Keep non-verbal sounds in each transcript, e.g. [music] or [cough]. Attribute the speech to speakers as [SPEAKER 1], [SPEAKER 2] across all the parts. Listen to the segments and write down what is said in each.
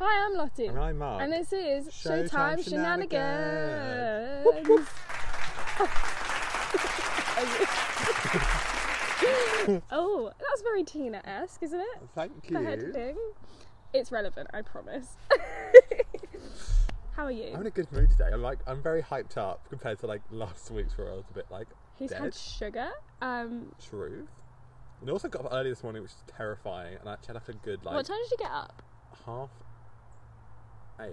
[SPEAKER 1] Hi, I'm Lottie.
[SPEAKER 2] And I'm Mark.
[SPEAKER 1] And this is
[SPEAKER 2] Showtime
[SPEAKER 1] Showtime
[SPEAKER 2] Shenanigans.
[SPEAKER 1] Shenanigans. [laughs] oh, that's very Tina esque, isn't it?
[SPEAKER 2] Thank
[SPEAKER 1] The head
[SPEAKER 2] you.
[SPEAKER 1] thing. It's relevant, I promise. [laughs] How are you?
[SPEAKER 2] I'm in a good mood today. I'm like, I'm very hyped up compared to like last week's where I was a bit like,
[SPEAKER 1] He's
[SPEAKER 2] dead.
[SPEAKER 1] had sugar. Um,
[SPEAKER 2] truth. And I also got up early this morning, which is terrifying. And I actually had like a good like
[SPEAKER 1] what time did you get up?
[SPEAKER 2] half eight,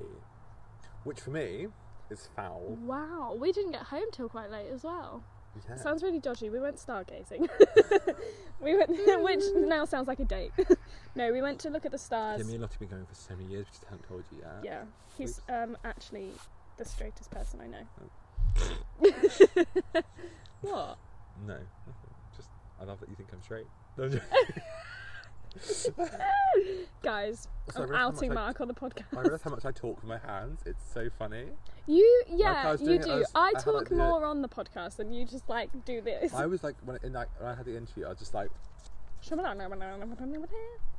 [SPEAKER 2] which for me is foul.
[SPEAKER 1] Wow, we didn't get home till quite late as well.
[SPEAKER 2] Yeah.
[SPEAKER 1] Sounds really dodgy. We went stargazing. [laughs] we went, [laughs] which now sounds like a date. [laughs] no, we went to look at the
[SPEAKER 2] yeah,
[SPEAKER 1] stars.
[SPEAKER 2] me and Lottie have been going for so many years, we just haven't told you yet.
[SPEAKER 1] Yeah, he's um, actually the straightest person I know.
[SPEAKER 2] Oh.
[SPEAKER 1] [laughs] what?
[SPEAKER 2] No, nothing. Just, I love that you think I'm straight. [laughs] No, I'm joking.
[SPEAKER 1] Guys,
[SPEAKER 2] So I
[SPEAKER 1] [laughs] I'm
[SPEAKER 2] realised how
[SPEAKER 1] outing
[SPEAKER 2] much I-
[SPEAKER 1] Mark on the
[SPEAKER 2] I
[SPEAKER 1] podcast.
[SPEAKER 2] realise how much I talk with my hands. It's so
[SPEAKER 1] [laughs]
[SPEAKER 2] funny.
[SPEAKER 1] You,
[SPEAKER 2] I
[SPEAKER 1] yeah,
[SPEAKER 2] was
[SPEAKER 1] you
[SPEAKER 2] doing it, I
[SPEAKER 1] do.
[SPEAKER 2] was- I
[SPEAKER 1] I
[SPEAKER 2] had, like,
[SPEAKER 1] talk
[SPEAKER 2] the-
[SPEAKER 1] more on the podcast than you just like do this. [laughs]
[SPEAKER 2] I was like, when, in, like, when I had the interview, I was just like, I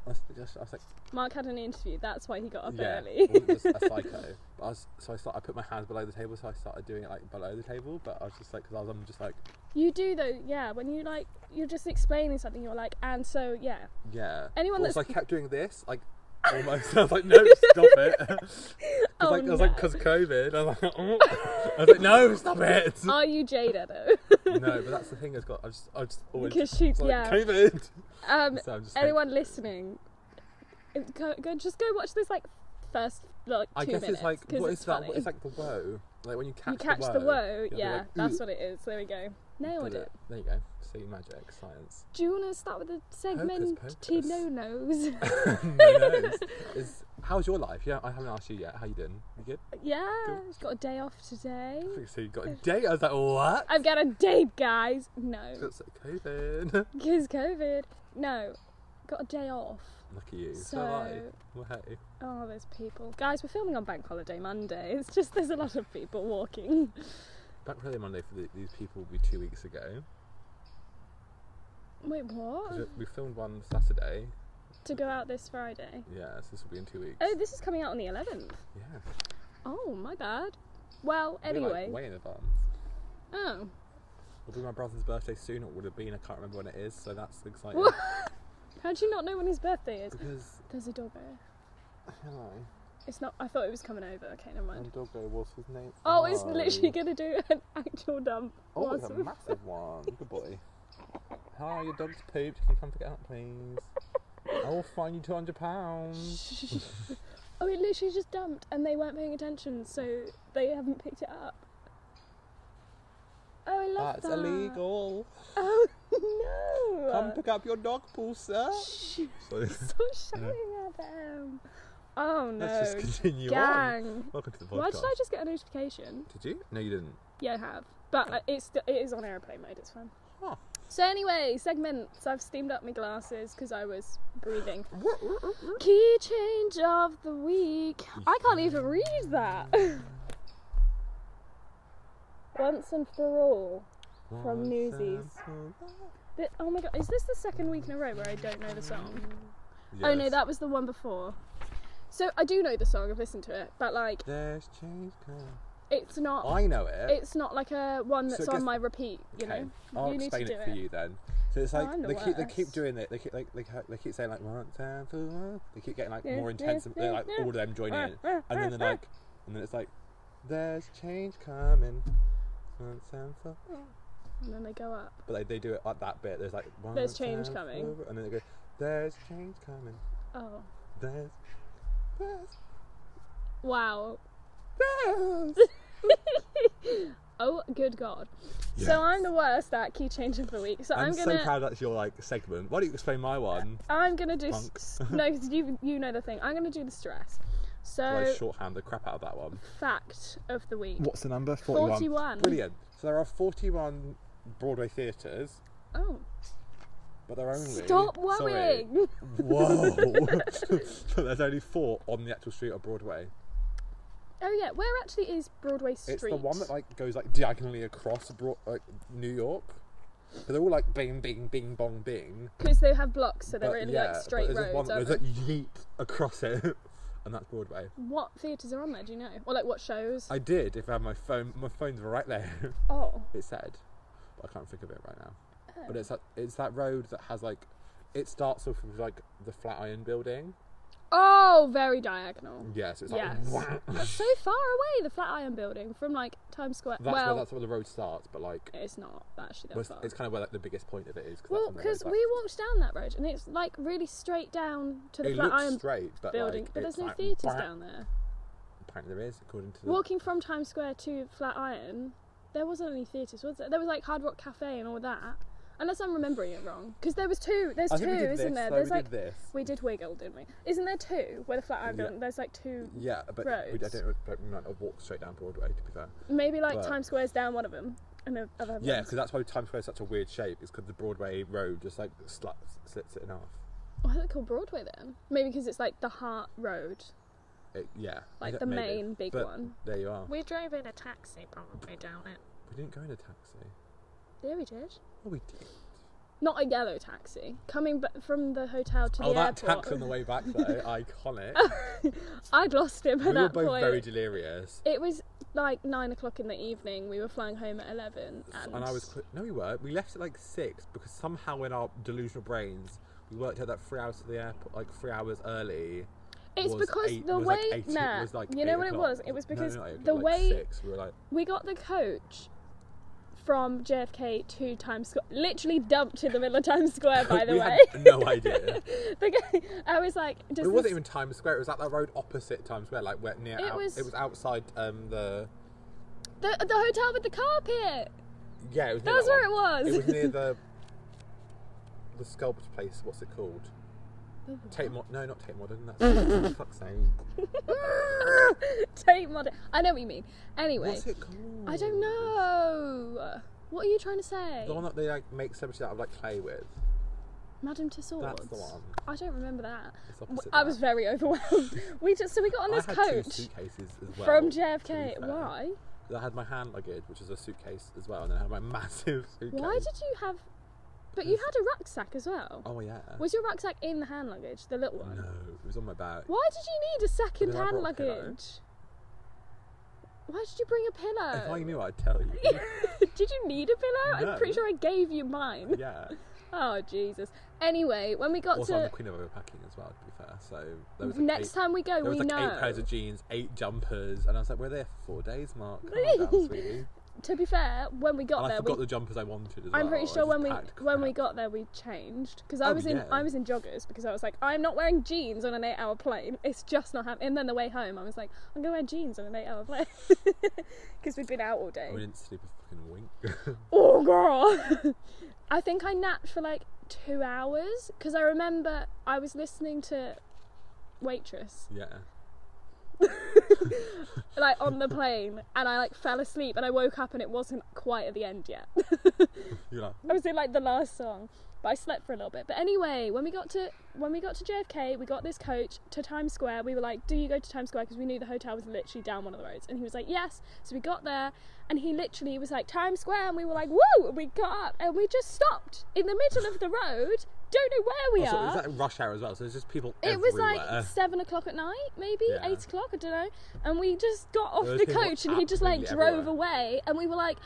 [SPEAKER 2] was, just, I was like,
[SPEAKER 1] Mark had an interview, that's why he got up
[SPEAKER 2] yeah,
[SPEAKER 1] early.
[SPEAKER 2] wasn't just a psycho. But I was, so I started, I put my hands below the table, so I started doing it like below the table. But I was just like, because I was, I'm just like,
[SPEAKER 1] [laughs] you do though, yeah, when you like, you're just explaining something, you're like, and so, yeah.
[SPEAKER 2] yeah.
[SPEAKER 1] Anyone
[SPEAKER 2] But also,
[SPEAKER 1] that's-
[SPEAKER 2] I kept doing this,
[SPEAKER 1] [laughs]
[SPEAKER 2] like. Almost, I was like, no, stop it. [laughs] 'Cause,
[SPEAKER 1] Oh,
[SPEAKER 2] like, I was
[SPEAKER 1] no.
[SPEAKER 2] like, because COVID. I was like, [laughs] "Oh." I was like, no, stop it.
[SPEAKER 1] [laughs] Are you Jada though?
[SPEAKER 2] [laughs]
[SPEAKER 1] [laughs]
[SPEAKER 2] no, but that's the thing. I've got. I just, I just always.
[SPEAKER 1] Because she-
[SPEAKER 2] [laughs] it's like,
[SPEAKER 1] yeah.
[SPEAKER 2] COVID.
[SPEAKER 1] um,
[SPEAKER 2] So I'm just like-
[SPEAKER 1] anyone listening, it- go, go, just go watch this like first like two
[SPEAKER 2] I guess
[SPEAKER 1] minutes.
[SPEAKER 2] it's like
[SPEAKER 1] 'cause
[SPEAKER 2] what
[SPEAKER 1] it's
[SPEAKER 2] is that?
[SPEAKER 1] funny.
[SPEAKER 2] It's like the woe. Like when you catch
[SPEAKER 1] you catch
[SPEAKER 2] the woe.
[SPEAKER 1] the woe,
[SPEAKER 2] you're
[SPEAKER 1] yeah,
[SPEAKER 2] like,
[SPEAKER 1] that's
[SPEAKER 2] "Ooh."
[SPEAKER 1] what it is. There we go. Nailed
[SPEAKER 2] Did
[SPEAKER 1] it.
[SPEAKER 2] it. There you go. See magic science.
[SPEAKER 1] Do you want to start with the segment T
[SPEAKER 2] pocus.
[SPEAKER 1] no nos?
[SPEAKER 2] Who knows? Is how's your life? Yeah, I haven't asked you yet. How you doing? You
[SPEAKER 1] [laughs]
[SPEAKER 2] good?
[SPEAKER 1] [laughs] yeah, got a day off today.
[SPEAKER 2] So you got a date? I was
[SPEAKER 1] [laughs]
[SPEAKER 2] like, what?
[SPEAKER 1] I've got a date, guys. No,
[SPEAKER 2] got so COVID. [laughs]
[SPEAKER 1] because COVID. No, got a day off.
[SPEAKER 2] Lucky you. So, have I.
[SPEAKER 1] So-
[SPEAKER 2] Well, hey.
[SPEAKER 1] Oh, there's people. Guys, we're filming on Bank Holiday Monday. It's just there's a lot of people walking.
[SPEAKER 2] Back Friday Monday for the, these people will be two weeks ago.
[SPEAKER 1] Wait,
[SPEAKER 2] 'Cause
[SPEAKER 1] what?
[SPEAKER 2] we- We filmed one Saturday.
[SPEAKER 1] To go out this Friday.
[SPEAKER 2] Yeah, so this will be in two weeks.
[SPEAKER 1] Oh, this is coming out on the 11th.
[SPEAKER 2] yeah.
[SPEAKER 1] Oh, my bad. Well,
[SPEAKER 2] We're, like,
[SPEAKER 1] anyway.
[SPEAKER 2] way in advance.
[SPEAKER 1] Oh.
[SPEAKER 2] It'll be my brother's birthday soon. It would have been. I can't remember when it is. So
[SPEAKER 1] [laughs]
[SPEAKER 2] that's exciting.
[SPEAKER 1] What? How do you not know when his birthday is?
[SPEAKER 2] Because
[SPEAKER 1] There's a doorbell.
[SPEAKER 2] hello,
[SPEAKER 1] It's not. I thought it was coming over. Okay, never
[SPEAKER 2] and
[SPEAKER 1] mind.
[SPEAKER 2] Doggo was his name.
[SPEAKER 1] Oh, it's literally gonna do an [laughs] actual
[SPEAKER 2] [laughs]
[SPEAKER 1] dump.
[SPEAKER 2] Oh, it's a
[SPEAKER 1] Awesome.
[SPEAKER 2] massive one. Good boy. Hi, your dog's pooped. Can you come pick it up, please? I will fine you two hundred pounds.
[SPEAKER 1] oh, it literally just dumped, and they weren't paying attention, so they haven't picked it up. Oh, I love
[SPEAKER 2] That's
[SPEAKER 1] that.
[SPEAKER 2] illegal.
[SPEAKER 1] Oh
[SPEAKER 2] Come
[SPEAKER 1] no!
[SPEAKER 2] pick up your dog, pool, sir.
[SPEAKER 1] Shh,
[SPEAKER 2] So
[SPEAKER 1] Stop shouting at them. Oh no!
[SPEAKER 2] let's just continue on.
[SPEAKER 1] Gang.
[SPEAKER 2] Welcome to the podcast.
[SPEAKER 1] Why did I just get a notification?
[SPEAKER 2] Did you? No, you didn't.
[SPEAKER 1] Yeah, I have. But uh, it's it is on airplane mode. It's fine.
[SPEAKER 2] Huh.
[SPEAKER 1] So anyway, segments. I've steamed up my glasses because I was breathing. Key change of the week. I can't even read that. [laughs] Once and for all. From Newsies. Th- oh my god, is this the second week in a row where I don't know the song? Oh no,
[SPEAKER 2] Yes.
[SPEAKER 1] that was the one before. So I do know the song. I've listened to it, but like
[SPEAKER 2] There's change coming.
[SPEAKER 1] it's not.
[SPEAKER 2] I uh, know it.
[SPEAKER 1] It's not like a one that's
[SPEAKER 2] it
[SPEAKER 1] on
[SPEAKER 2] gets-
[SPEAKER 1] my repeat. You
[SPEAKER 2] Okay.
[SPEAKER 1] know.
[SPEAKER 2] I'll
[SPEAKER 1] you need to
[SPEAKER 2] explain
[SPEAKER 1] do
[SPEAKER 2] it for you then. So it's
[SPEAKER 1] Oh,
[SPEAKER 2] like
[SPEAKER 1] I'm the
[SPEAKER 2] they keep they keep
[SPEAKER 1] worst.
[SPEAKER 2] doing it. They keep like they, ha- they keep saying like one time for one. They keep getting like
[SPEAKER 1] Yeah,
[SPEAKER 2] more
[SPEAKER 1] yeah,
[SPEAKER 2] intense. and they're, like
[SPEAKER 1] yeah,
[SPEAKER 2] all of them join in,
[SPEAKER 1] yeah,
[SPEAKER 2] and then they're like, and then it's like, there's change coming. One time for,
[SPEAKER 1] And then they go up.
[SPEAKER 2] but like, they do it at that bit. There's like one.
[SPEAKER 1] There's change
[SPEAKER 2] time
[SPEAKER 1] coming.
[SPEAKER 2] for- and then they go, there's change coming.
[SPEAKER 1] Oh.
[SPEAKER 2] There's there's
[SPEAKER 1] [laughs] Wow.
[SPEAKER 2] there's.
[SPEAKER 1] Oh, good God.
[SPEAKER 2] Yes.
[SPEAKER 1] So I'm the worst at key change of the week. So I'm,
[SPEAKER 2] I'm
[SPEAKER 1] gonna. Uh,
[SPEAKER 2] so proud that's your like segment. Why don't you explain my one?
[SPEAKER 1] I'm gonna do
[SPEAKER 2] Monks. [laughs]
[SPEAKER 1] s- no, 'cause you you know the thing. I'm gonna do the stress.
[SPEAKER 2] I
[SPEAKER 1] So
[SPEAKER 2] shorthand the crap out of that one.
[SPEAKER 1] fact of the week.
[SPEAKER 2] What's the number? 41.
[SPEAKER 1] 41.
[SPEAKER 2] Brilliant. So there are 41 Broadway theatres,
[SPEAKER 1] Oh,
[SPEAKER 2] but there are only.
[SPEAKER 1] stop
[SPEAKER 2] Sorry. [laughs]
[SPEAKER 1] worrying. [laughs]
[SPEAKER 2] Whoa! but there's only four on the actual street of Broadway.
[SPEAKER 1] Oh yeah, where actually is Broadway Street?
[SPEAKER 2] It's the one that like goes like diagonally across Bro- like, New York. But they're all like bing, bing, bing, bong, bing.
[SPEAKER 1] because they have blocks, so they're
[SPEAKER 2] But
[SPEAKER 1] really
[SPEAKER 2] Uh, yeah,
[SPEAKER 1] like
[SPEAKER 2] but
[SPEAKER 1] straight
[SPEAKER 2] there's just
[SPEAKER 1] roads.
[SPEAKER 2] one that
[SPEAKER 1] aren't
[SPEAKER 2] goes like yeet across it. [laughs] and that's Broadway.
[SPEAKER 1] What theatres are on there? Do you know? Or like what shows?
[SPEAKER 2] I did if I had my phone. My phone's right there.
[SPEAKER 1] oh,
[SPEAKER 2] it said, but I can't think of it right now. But it's that it's that road that has like, it starts off with like the Flatiron Building.
[SPEAKER 1] oh, very diagonal.
[SPEAKER 2] Yes, it's
[SPEAKER 1] Yes.
[SPEAKER 2] like.
[SPEAKER 1] That's so far away, the Flatiron Building from like Times Square.
[SPEAKER 2] That's
[SPEAKER 1] well,
[SPEAKER 2] where that's where the road starts, but like,
[SPEAKER 1] it's not actually that
[SPEAKER 2] it's,
[SPEAKER 1] far.
[SPEAKER 2] it's kind of where like the biggest point of it is.
[SPEAKER 1] Well,
[SPEAKER 2] that's when the road
[SPEAKER 1] because
[SPEAKER 2] back-
[SPEAKER 1] we walked down that road and it's like really straight down to the
[SPEAKER 2] it looks
[SPEAKER 1] Flatiron
[SPEAKER 2] straight, but
[SPEAKER 1] building,
[SPEAKER 2] like,
[SPEAKER 1] but there's
[SPEAKER 2] it's
[SPEAKER 1] no
[SPEAKER 2] like,
[SPEAKER 1] theatres
[SPEAKER 2] bang.
[SPEAKER 1] down there.
[SPEAKER 2] Apparently there is, according to the
[SPEAKER 1] Walking from Times Square to Flatiron, there wasn't any theatres, was there? There was like Hard Rock Cafe and all that. Unless I'm remembering it wrong, because there was two. There's
[SPEAKER 2] I
[SPEAKER 1] two,
[SPEAKER 2] think we did
[SPEAKER 1] isn't
[SPEAKER 2] this,
[SPEAKER 1] there?
[SPEAKER 2] though,
[SPEAKER 1] There's
[SPEAKER 2] we
[SPEAKER 1] like
[SPEAKER 2] did this.
[SPEAKER 1] we did wiggle, didn't we? Isn't there two where the Flatiron
[SPEAKER 2] Yeah.
[SPEAKER 1] Building? There's like two.
[SPEAKER 2] Yeah, but we, I
[SPEAKER 1] roads.
[SPEAKER 2] don't. But we might have walked straight down Broadway. To be fair,
[SPEAKER 1] Maybe like
[SPEAKER 2] But-
[SPEAKER 1] Times Square's down one of them, and the other.
[SPEAKER 2] yeah,
[SPEAKER 1] one's-
[SPEAKER 2] because that's why Times Square is such a weird shape. It's because the Broadway road just like sla- slits it in half.
[SPEAKER 1] Why is it called Broadway then? Maybe because it's like the Hart Road.
[SPEAKER 2] It, yeah,
[SPEAKER 1] Like
[SPEAKER 2] I don't-
[SPEAKER 1] the
[SPEAKER 2] maybe.
[SPEAKER 1] main big
[SPEAKER 2] But
[SPEAKER 1] one.
[SPEAKER 2] There you are. We,
[SPEAKER 3] We drove in a taxi probably down it.
[SPEAKER 2] didn't go in a taxi.
[SPEAKER 1] Yeah, we did.
[SPEAKER 2] Oh, we did.
[SPEAKER 1] Not a yellow taxi. Coming b- from the hotel to
[SPEAKER 2] oh,
[SPEAKER 1] the
[SPEAKER 2] that
[SPEAKER 1] airport.
[SPEAKER 2] taxi on the way back though, iconic.
[SPEAKER 1] [laughs] I'd lost it by
[SPEAKER 2] we were
[SPEAKER 1] that
[SPEAKER 2] both
[SPEAKER 1] point.
[SPEAKER 2] very delirious.
[SPEAKER 1] It was like nine o'clock in the evening. We were flying home at eleven, and,
[SPEAKER 2] And I was qu- no, we were. We left at like six because somehow in our delusional brains, we worked out that three hours to the airport, like three hours early.
[SPEAKER 1] It's
[SPEAKER 2] was
[SPEAKER 1] because
[SPEAKER 2] eight-
[SPEAKER 1] the
[SPEAKER 2] was
[SPEAKER 1] way
[SPEAKER 2] like eight,
[SPEAKER 1] nah,
[SPEAKER 2] was like
[SPEAKER 1] you know
[SPEAKER 2] eight
[SPEAKER 1] what it
[SPEAKER 2] o'clock.
[SPEAKER 1] was. It was
[SPEAKER 2] No, no,
[SPEAKER 1] because
[SPEAKER 2] no, it was
[SPEAKER 1] the
[SPEAKER 2] like
[SPEAKER 1] way
[SPEAKER 2] six. we were like,
[SPEAKER 1] we got the coach from JFK to Times Square, literally dumped in the middle of Times Square.
[SPEAKER 2] [laughs]
[SPEAKER 1] By the
[SPEAKER 2] we
[SPEAKER 1] way,
[SPEAKER 2] had
[SPEAKER 1] [laughs]
[SPEAKER 2] no idea.
[SPEAKER 1] the guy, I was like, does
[SPEAKER 2] it
[SPEAKER 1] this-
[SPEAKER 2] wasn't even Times Square. It was at that road opposite Times Square, like where near.
[SPEAKER 1] It
[SPEAKER 2] out-
[SPEAKER 1] was-
[SPEAKER 2] it was outside um, the.
[SPEAKER 1] the, the hotel with the carpet?
[SPEAKER 2] Yeah, it was. Near
[SPEAKER 1] That was
[SPEAKER 2] that
[SPEAKER 1] where it
[SPEAKER 2] one.
[SPEAKER 1] was.
[SPEAKER 2] It was
[SPEAKER 1] [laughs]
[SPEAKER 2] near the. The sculpt place. What's it called? Tate Modern. No, not Tate Modern.
[SPEAKER 1] [laughs]
[SPEAKER 2] That's fuck's sake.
[SPEAKER 1] Tate Modern. I know what you mean. Anyway,
[SPEAKER 2] What's it called?
[SPEAKER 1] I don't know. What are you trying to say?
[SPEAKER 2] The one that they like make celebrities out of like clay with.
[SPEAKER 1] Madame Tussauds.
[SPEAKER 2] That's the one.
[SPEAKER 1] I don't remember that.
[SPEAKER 2] It's
[SPEAKER 1] W-
[SPEAKER 2] opposite
[SPEAKER 1] I
[SPEAKER 2] that.
[SPEAKER 1] was very overwhelmed. [laughs] we just so we got on this
[SPEAKER 2] I had two
[SPEAKER 1] coach
[SPEAKER 2] suitcases as well.
[SPEAKER 1] from
[SPEAKER 2] to
[SPEAKER 1] JFK.
[SPEAKER 2] be fair.
[SPEAKER 1] Why?
[SPEAKER 2] I had my hand luggage, which is a suitcase as well, and then I had my [laughs] massive suitcase.
[SPEAKER 1] Why did you have? But you had a rucksack as well.
[SPEAKER 2] Oh yeah.
[SPEAKER 1] Was your rucksack in the hand luggage, the little one?
[SPEAKER 2] No, it was on my back.
[SPEAKER 1] Why did you need a second
[SPEAKER 2] Because I
[SPEAKER 1] hand
[SPEAKER 2] brought a pillow.
[SPEAKER 1] luggage? Why did you bring a
[SPEAKER 2] If
[SPEAKER 1] [laughs]
[SPEAKER 2] I
[SPEAKER 1] pillow?
[SPEAKER 2] knew, I'd tell you.
[SPEAKER 1] [laughs] did you need a pillow? I'm pretty
[SPEAKER 2] No.
[SPEAKER 1] sure I gave you mine.
[SPEAKER 2] yeah.
[SPEAKER 1] Oh Jesus. Anyway, when we got
[SPEAKER 2] Also, I'm the
[SPEAKER 1] to
[SPEAKER 2] queen of overpacking as well. To be fair, so there was like
[SPEAKER 1] next
[SPEAKER 2] eight,
[SPEAKER 1] time we go,
[SPEAKER 2] there was
[SPEAKER 1] we
[SPEAKER 2] like
[SPEAKER 1] know.
[SPEAKER 2] eight pairs of jeans, eight jumpers, and I was like, "We're there for four days, Mark. Calm down, sweetie."
[SPEAKER 1] to be fair, when we got
[SPEAKER 2] And I
[SPEAKER 1] there,
[SPEAKER 2] forgot
[SPEAKER 1] we,
[SPEAKER 2] the jumpers I wanted as well.
[SPEAKER 1] I'm pretty
[SPEAKER 2] I
[SPEAKER 1] sure
[SPEAKER 2] just
[SPEAKER 1] when we
[SPEAKER 2] Oh, packed
[SPEAKER 1] when we
[SPEAKER 2] crap.
[SPEAKER 1] got there, we changed because I
[SPEAKER 2] Oh,
[SPEAKER 1] was in
[SPEAKER 2] yeah.
[SPEAKER 1] I was in joggers because I was like, I'm not wearing jeans on an eight-hour plane. It's just not happening. And then the way home, I was like, I'm gonna wear jeans on an eight-hour plane [laughs] because we'd been out all day.
[SPEAKER 2] we didn't sleep a fucking wink. [laughs]
[SPEAKER 1] Oh girl, [laughs] I think I napped for like two hours because I remember I was listening to waitress
[SPEAKER 2] yeah.
[SPEAKER 1] like on
[SPEAKER 2] [laughs]
[SPEAKER 1] the plane and I like fell asleep and I woke up and it wasn't quite at the end yet.
[SPEAKER 2] You're like,
[SPEAKER 1] I was in like the last song, but I slept for a little bit. But anyway, when we got to when we got to JFK, we got this coach to Times Square. We were like, "Do you go to Times Square?" because we knew the hotel was literally down one of the roads. And he was like, "Yes." So we got there, and he literally was like, "Times Square," and we were like, "Woo!" And we got up, and we just stopped in the middle of the road. Don't know where we
[SPEAKER 2] Also,
[SPEAKER 1] are.
[SPEAKER 2] it was like rush hour as well, so there's just people
[SPEAKER 1] It
[SPEAKER 2] everywhere.
[SPEAKER 1] was like seven o'clock at night, maybe
[SPEAKER 2] Yeah.
[SPEAKER 1] eight o'clock, I don't know. And we just got off
[SPEAKER 2] There was
[SPEAKER 1] the
[SPEAKER 2] people
[SPEAKER 1] coach, and he just like
[SPEAKER 2] absolutely
[SPEAKER 1] drove
[SPEAKER 2] everywhere.
[SPEAKER 1] away, and we were like,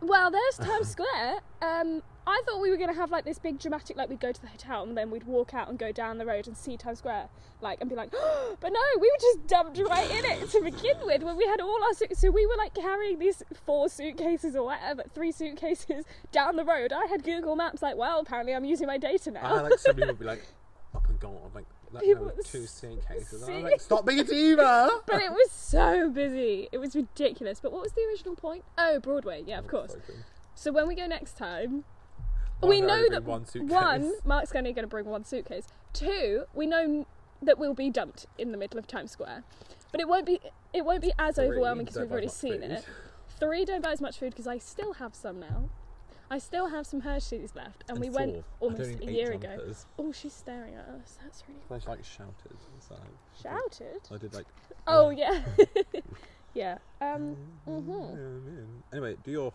[SPEAKER 1] "Well, there's
[SPEAKER 2] [laughs]
[SPEAKER 1] Times Square." Um, I thought we were gonna have like this big dramatic, like we'd go to the hotel and then we'd walk out and go down the road and see Times Square, like, and be like, [gasps] "But no, we were just dumped right in it to begin with when we had all our suit." So we were like carrying these four suitcases or whatever, three suitcases [laughs] down the road. I had Google Maps, like, well, apparently I'm using my data now.
[SPEAKER 2] I had like so many people be like, [laughs] up and gone. I'm like, like there
[SPEAKER 1] People
[SPEAKER 2] were two
[SPEAKER 1] s- [laughs]
[SPEAKER 2] suitcases. And I'm
[SPEAKER 1] see-
[SPEAKER 2] like, stop being a diva!
[SPEAKER 1] But it was so busy. It was ridiculous. But what was the original point? Oh, Broadway. Yeah, [laughs] of course. So when we go next time, we
[SPEAKER 2] I'll
[SPEAKER 1] know
[SPEAKER 2] only
[SPEAKER 1] that
[SPEAKER 2] bring one suitcase.
[SPEAKER 1] one, Mark's only going to bring one suitcase. Two, we know that we'll be dumped in the middle of Times Square. But it won't be it won't be as
[SPEAKER 2] Three,
[SPEAKER 1] overwhelming because
[SPEAKER 2] don't
[SPEAKER 1] we've
[SPEAKER 2] buy
[SPEAKER 1] already
[SPEAKER 2] much
[SPEAKER 1] seen
[SPEAKER 2] food.
[SPEAKER 1] it. Three, don't buy as much food because I still have some now. I still have some Hershey's left, and,
[SPEAKER 2] And
[SPEAKER 1] we
[SPEAKER 2] four.
[SPEAKER 1] went
[SPEAKER 2] I don't
[SPEAKER 1] almost
[SPEAKER 2] need
[SPEAKER 1] a
[SPEAKER 2] eight
[SPEAKER 1] year ago.
[SPEAKER 2] jumpers.
[SPEAKER 1] Oh, she's staring at us. That's really
[SPEAKER 2] I just, like shouted. So
[SPEAKER 1] shouted.
[SPEAKER 2] I did like.
[SPEAKER 1] Oh yeah, [laughs] yeah. Um, mhm.
[SPEAKER 2] Anyway, do your